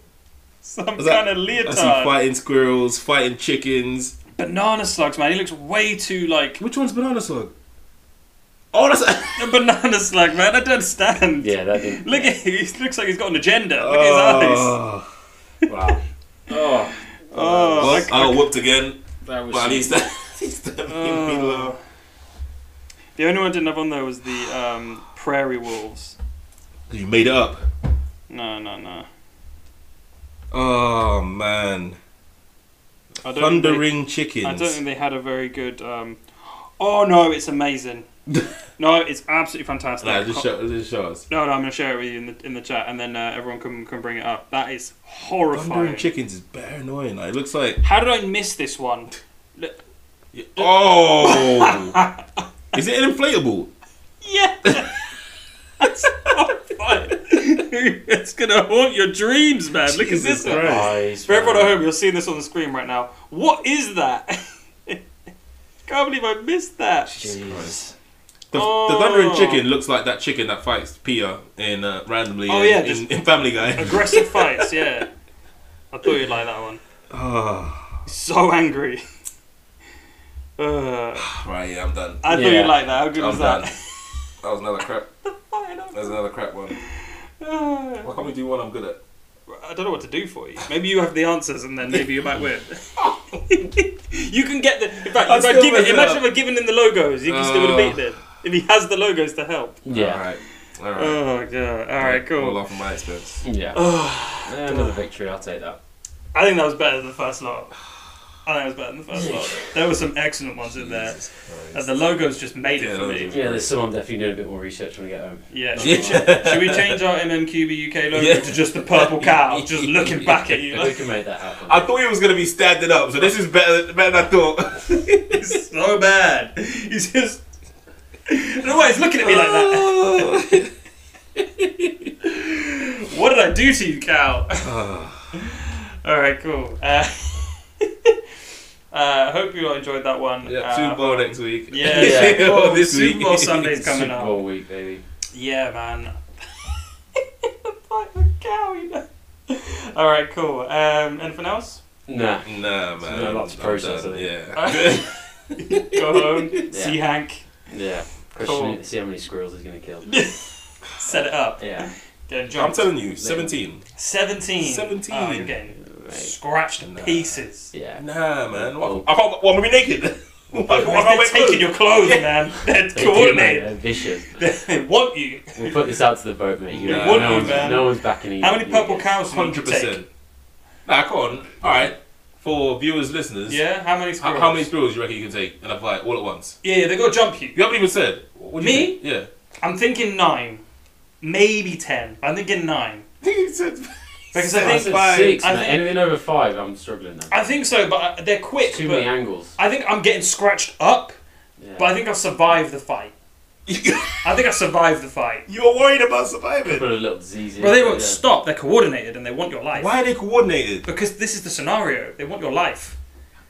Speaker 1: Some
Speaker 3: Was that-
Speaker 1: kind of
Speaker 3: I
Speaker 1: leotard.
Speaker 3: see fighting squirrels, fighting chickens.
Speaker 1: Banana slugs, man. He looks way too like
Speaker 3: Which one's banana slug? Oh, that's
Speaker 1: a banana slug, man. I don't understand.
Speaker 2: Yeah, that didn't.
Speaker 1: Look at he looks like he's got an agenda. Look at his
Speaker 3: Oh.
Speaker 1: eyes.
Speaker 2: wow. Oh,
Speaker 1: Oh,
Speaker 3: Well,
Speaker 1: I
Speaker 3: I
Speaker 1: c-
Speaker 3: got whooped again,
Speaker 2: that was.
Speaker 3: but at least that, at least that made
Speaker 1: Oh.
Speaker 3: me laugh.
Speaker 1: The only one I didn't have on there was the um, prairie wolves.
Speaker 3: You made it up.
Speaker 1: No, no, no.
Speaker 3: Oh man,
Speaker 1: I don't think they-
Speaker 3: thundering
Speaker 1: I
Speaker 3: chickens.
Speaker 1: don't think they had a very good. Um... Oh no, it's amazing. no, it's absolutely fantastic.
Speaker 3: Nah, just show, just show us.
Speaker 1: No, no, I'm going to share it with you in the in the chat, and then uh, everyone can can bring it up. That is
Speaker 3: Thundering
Speaker 1: horrifying.
Speaker 3: chickens is bare annoying. Like, it looks like
Speaker 1: How did I miss this one?
Speaker 3: oh, is it an inflatable?
Speaker 1: Yeah. That's horrifying. it's gonna haunt your dreams, man. Look at
Speaker 3: Jesus
Speaker 1: this. one.
Speaker 3: Christ.
Speaker 2: eyes,
Speaker 1: For everyone
Speaker 2: man.
Speaker 1: at home, you're seeing this on the screen right now. What is that? Can't believe I missed that.
Speaker 2: Jeez.
Speaker 3: The, the
Speaker 1: Oh.
Speaker 3: thundering chicken looks like that chicken that fights Pia in uh, randomly
Speaker 1: Oh,
Speaker 3: in,
Speaker 1: yeah,
Speaker 3: in-
Speaker 1: just-
Speaker 3: in Family Guy.
Speaker 1: Aggressive fights, yeah. I thought you'd like that one.
Speaker 3: Oh,
Speaker 1: So angry. Uh,
Speaker 3: right, yeah, I'm done.
Speaker 1: I thought
Speaker 2: Yeah.
Speaker 1: you'd like that. How good Ah,
Speaker 3: I'm
Speaker 1: was that?
Speaker 3: done. That was another crap.
Speaker 1: Fine, I'm-
Speaker 3: That's another crap one.
Speaker 1: Uh,
Speaker 3: Why can't we do one I'm good at?
Speaker 1: I don't know what to do for you. Maybe you have the answers, and then maybe you might win. you can get the. In fact,
Speaker 3: I'll
Speaker 1: if I
Speaker 3: still
Speaker 1: give it,
Speaker 3: mess it
Speaker 1: imagine
Speaker 3: up.
Speaker 1: if I'd given him the logos, you can still would
Speaker 3: Oh.
Speaker 1: have beaten it. If he has the logos to help.
Speaker 2: Yeah.
Speaker 3: Alright. Alright.
Speaker 1: Oh god! All right,
Speaker 3: All
Speaker 1: cool.
Speaker 3: off my expense.
Speaker 2: Yeah. Yeah, Another victory. I'll take that.
Speaker 1: I think that was better than the first lot. I think it was better than the first lot. There were some excellent ones in there. And the logos just made
Speaker 3: Yeah,
Speaker 1: it for
Speaker 3: those
Speaker 1: me.
Speaker 3: are-
Speaker 2: Yeah, there's someone definitely doing a bit more research when we get home.
Speaker 1: Yeah. Should we, ch- should we change our MMQB UK logo
Speaker 3: Yeah.
Speaker 1: to just the purple cow, just looking back at you?
Speaker 2: We
Speaker 1: Like,
Speaker 2: can make that happen.
Speaker 3: I thought he was gonna be standing up, so this is better better than I thought.
Speaker 1: it's so bad. He's just. I don't know why he's looking at me like that. What did I do to you, Cal?
Speaker 3: Ah,
Speaker 1: All right, cool. Uh, uh, hope you all enjoyed that one.
Speaker 3: yeah,
Speaker 1: Uh,
Speaker 3: Super Bowl next week.
Speaker 1: Yeah,
Speaker 2: Super
Speaker 1: Bowl-
Speaker 3: Or this
Speaker 1: Super Bowl
Speaker 3: week.
Speaker 1: Sunday's coming
Speaker 2: Super
Speaker 1: up.
Speaker 2: Bowl week, baby.
Speaker 1: Yeah, man. like the cow, you know. All right, cool. Um, anything else?
Speaker 2: Nah.
Speaker 3: Nah, man.
Speaker 2: not a lot to
Speaker 3: I'm
Speaker 2: process,
Speaker 3: done,
Speaker 2: I
Speaker 3: Yeah.
Speaker 1: Go home, see Hank,
Speaker 2: Yeah.
Speaker 1: Cool.
Speaker 2: Question, see how many squirrels he's gonna kill.
Speaker 1: set it up,
Speaker 2: Yeah.
Speaker 1: get a
Speaker 3: I'm
Speaker 1: jump.
Speaker 3: telling you, 17.
Speaker 1: 17.
Speaker 3: 17.
Speaker 1: Oh, you're getting
Speaker 2: Right.
Speaker 1: scratched to
Speaker 3: Nah.
Speaker 1: pieces.
Speaker 2: Yeah.
Speaker 3: Nah, man. What,
Speaker 2: Oh.
Speaker 3: I can't, what, am I gonna be naked? Why- why can't I
Speaker 1: They're
Speaker 3: wear
Speaker 1: taking
Speaker 3: clothes?
Speaker 1: your clothes, man. They're
Speaker 2: They do, mate.
Speaker 1: coordinated.
Speaker 2: They're vicious.
Speaker 1: They want you.
Speaker 2: We'll put this out to the vote, mate. You
Speaker 3: They
Speaker 2: know,
Speaker 3: would
Speaker 2: no,
Speaker 3: be,
Speaker 2: one's,
Speaker 1: man.
Speaker 2: no one's backing you.
Speaker 1: How many
Speaker 2: you
Speaker 1: purple
Speaker 2: guys.
Speaker 1: cows do you
Speaker 3: Hundred
Speaker 1: need to take?
Speaker 3: percent. Nah, come on. All right, for viewers, listeners,
Speaker 1: Yeah, how many
Speaker 3: How,
Speaker 1: squirrels?
Speaker 3: how many squirrels do you reckon you can take in a fight all at once?
Speaker 1: Yeah, they gotta jump you.
Speaker 3: You haven't even said. What do you
Speaker 1: Me?
Speaker 3: think? Yeah.
Speaker 1: I'm thinking nine, maybe ten. But I'm thinking nine
Speaker 3: I think you said.
Speaker 1: because
Speaker 2: I
Speaker 1: I
Speaker 2: said
Speaker 1: think
Speaker 2: six.
Speaker 1: I
Speaker 2: mate.
Speaker 1: think-
Speaker 2: Anything over five, I'm struggling now.
Speaker 1: I think so. But I- they're quick.
Speaker 2: It's too many
Speaker 1: But
Speaker 2: angles.
Speaker 1: I think I'm getting scratched up.
Speaker 2: Yeah.
Speaker 1: But I think I've survived the fight. I think I've survived the fight.
Speaker 3: you were worried about surviving.
Speaker 2: put a little ZZ.
Speaker 1: But they
Speaker 2: in
Speaker 1: won't
Speaker 2: there.
Speaker 1: stop. They're coordinated and they want your life.
Speaker 3: Why are they coordinated?
Speaker 1: Because this is the scenario. They want your life.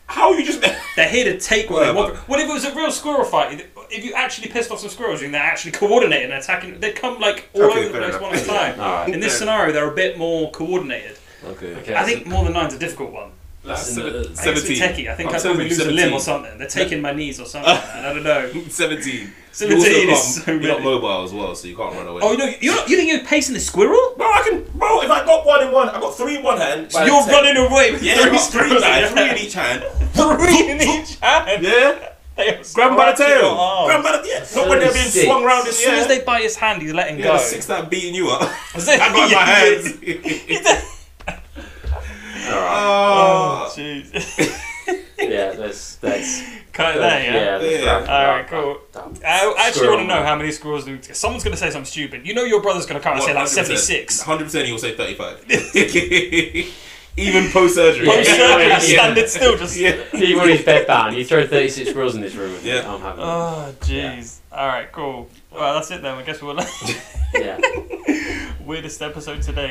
Speaker 3: How are you just?
Speaker 1: They're here to take what they
Speaker 3: Well,
Speaker 1: want. What if it was a real squirrel fight? If you actually pissed off some squirrels and they're actually coordinated and attacking, they come like all
Speaker 3: Okay,
Speaker 1: over the
Speaker 3: fair
Speaker 1: place
Speaker 3: enough.
Speaker 1: one at a time.
Speaker 2: All right.
Speaker 1: In this scenario, they're a bit more coordinated.
Speaker 3: okay.
Speaker 2: Okay,
Speaker 1: I think more than nine's a difficult one.
Speaker 3: That's
Speaker 2: That's in
Speaker 1: I
Speaker 2: the-
Speaker 3: se-
Speaker 1: think it's a bit
Speaker 3: seventeen.
Speaker 1: techie. I think
Speaker 3: I'm
Speaker 1: I'd probably
Speaker 3: telling you,
Speaker 1: lose a limb or
Speaker 3: 17.
Speaker 1: something. They're taking my knees or something. man. I don't know.
Speaker 3: Seventeen.
Speaker 1: Seventeen
Speaker 3: You also
Speaker 1: is
Speaker 3: can't-
Speaker 1: so
Speaker 3: You're not
Speaker 1: many.
Speaker 3: mobile as well, so you can't run away.
Speaker 1: Oh, you know, you're not, you think you're pacing the squirrel?
Speaker 3: Bro, I can. Bro, if I got one in one, I got three in one hand.
Speaker 1: So you're running away with
Speaker 3: Yeah, I
Speaker 1: three
Speaker 3: got three,
Speaker 1: squirrels.
Speaker 3: guys, three in each hand.
Speaker 1: Three in each hand.
Speaker 3: Yeah.
Speaker 1: They are
Speaker 3: Grab 'em by the
Speaker 1: scratching your
Speaker 3: tail.
Speaker 1: arms.
Speaker 3: Grab 'em by the yeah. Not when they're being
Speaker 2: Six.
Speaker 3: swung round in
Speaker 1: As
Speaker 3: the
Speaker 1: soon
Speaker 3: air.
Speaker 1: as they bite his hand, he's letting
Speaker 3: yeah,
Speaker 1: go.
Speaker 3: the six that beating you up.
Speaker 1: Is it-
Speaker 3: I got
Speaker 1: Yeah.
Speaker 3: my hands.
Speaker 2: All right.
Speaker 1: Oh,
Speaker 3: oh,
Speaker 1: jeez.
Speaker 2: Yeah, that's that's.
Speaker 1: Cut it there,
Speaker 2: that's-
Speaker 1: yeah.
Speaker 2: yeah. that's
Speaker 3: Yeah.
Speaker 2: wrap-
Speaker 1: All right,
Speaker 2: wrap-
Speaker 1: cool.
Speaker 2: wrap- wrap.
Speaker 1: I I actually
Speaker 2: Squirrel
Speaker 1: want to know
Speaker 2: man.
Speaker 1: how many squirrels do. Someone's going to say something stupid. You know your brother's going to come and say like 76.
Speaker 3: Hundred percent, he will say thirty-five. Even post-surgery.
Speaker 1: Post surgery,
Speaker 2: yeah.
Speaker 1: standing still, just.
Speaker 3: Yeah.
Speaker 2: Even when he's bedbound, you throw 36 squirrels in this room. and
Speaker 3: Yeah.
Speaker 2: I'm having. it.
Speaker 1: Oh, jeez. All right, cool. Well, that's it then. I guess we'll.
Speaker 2: yeah.
Speaker 1: Weirdest episode today.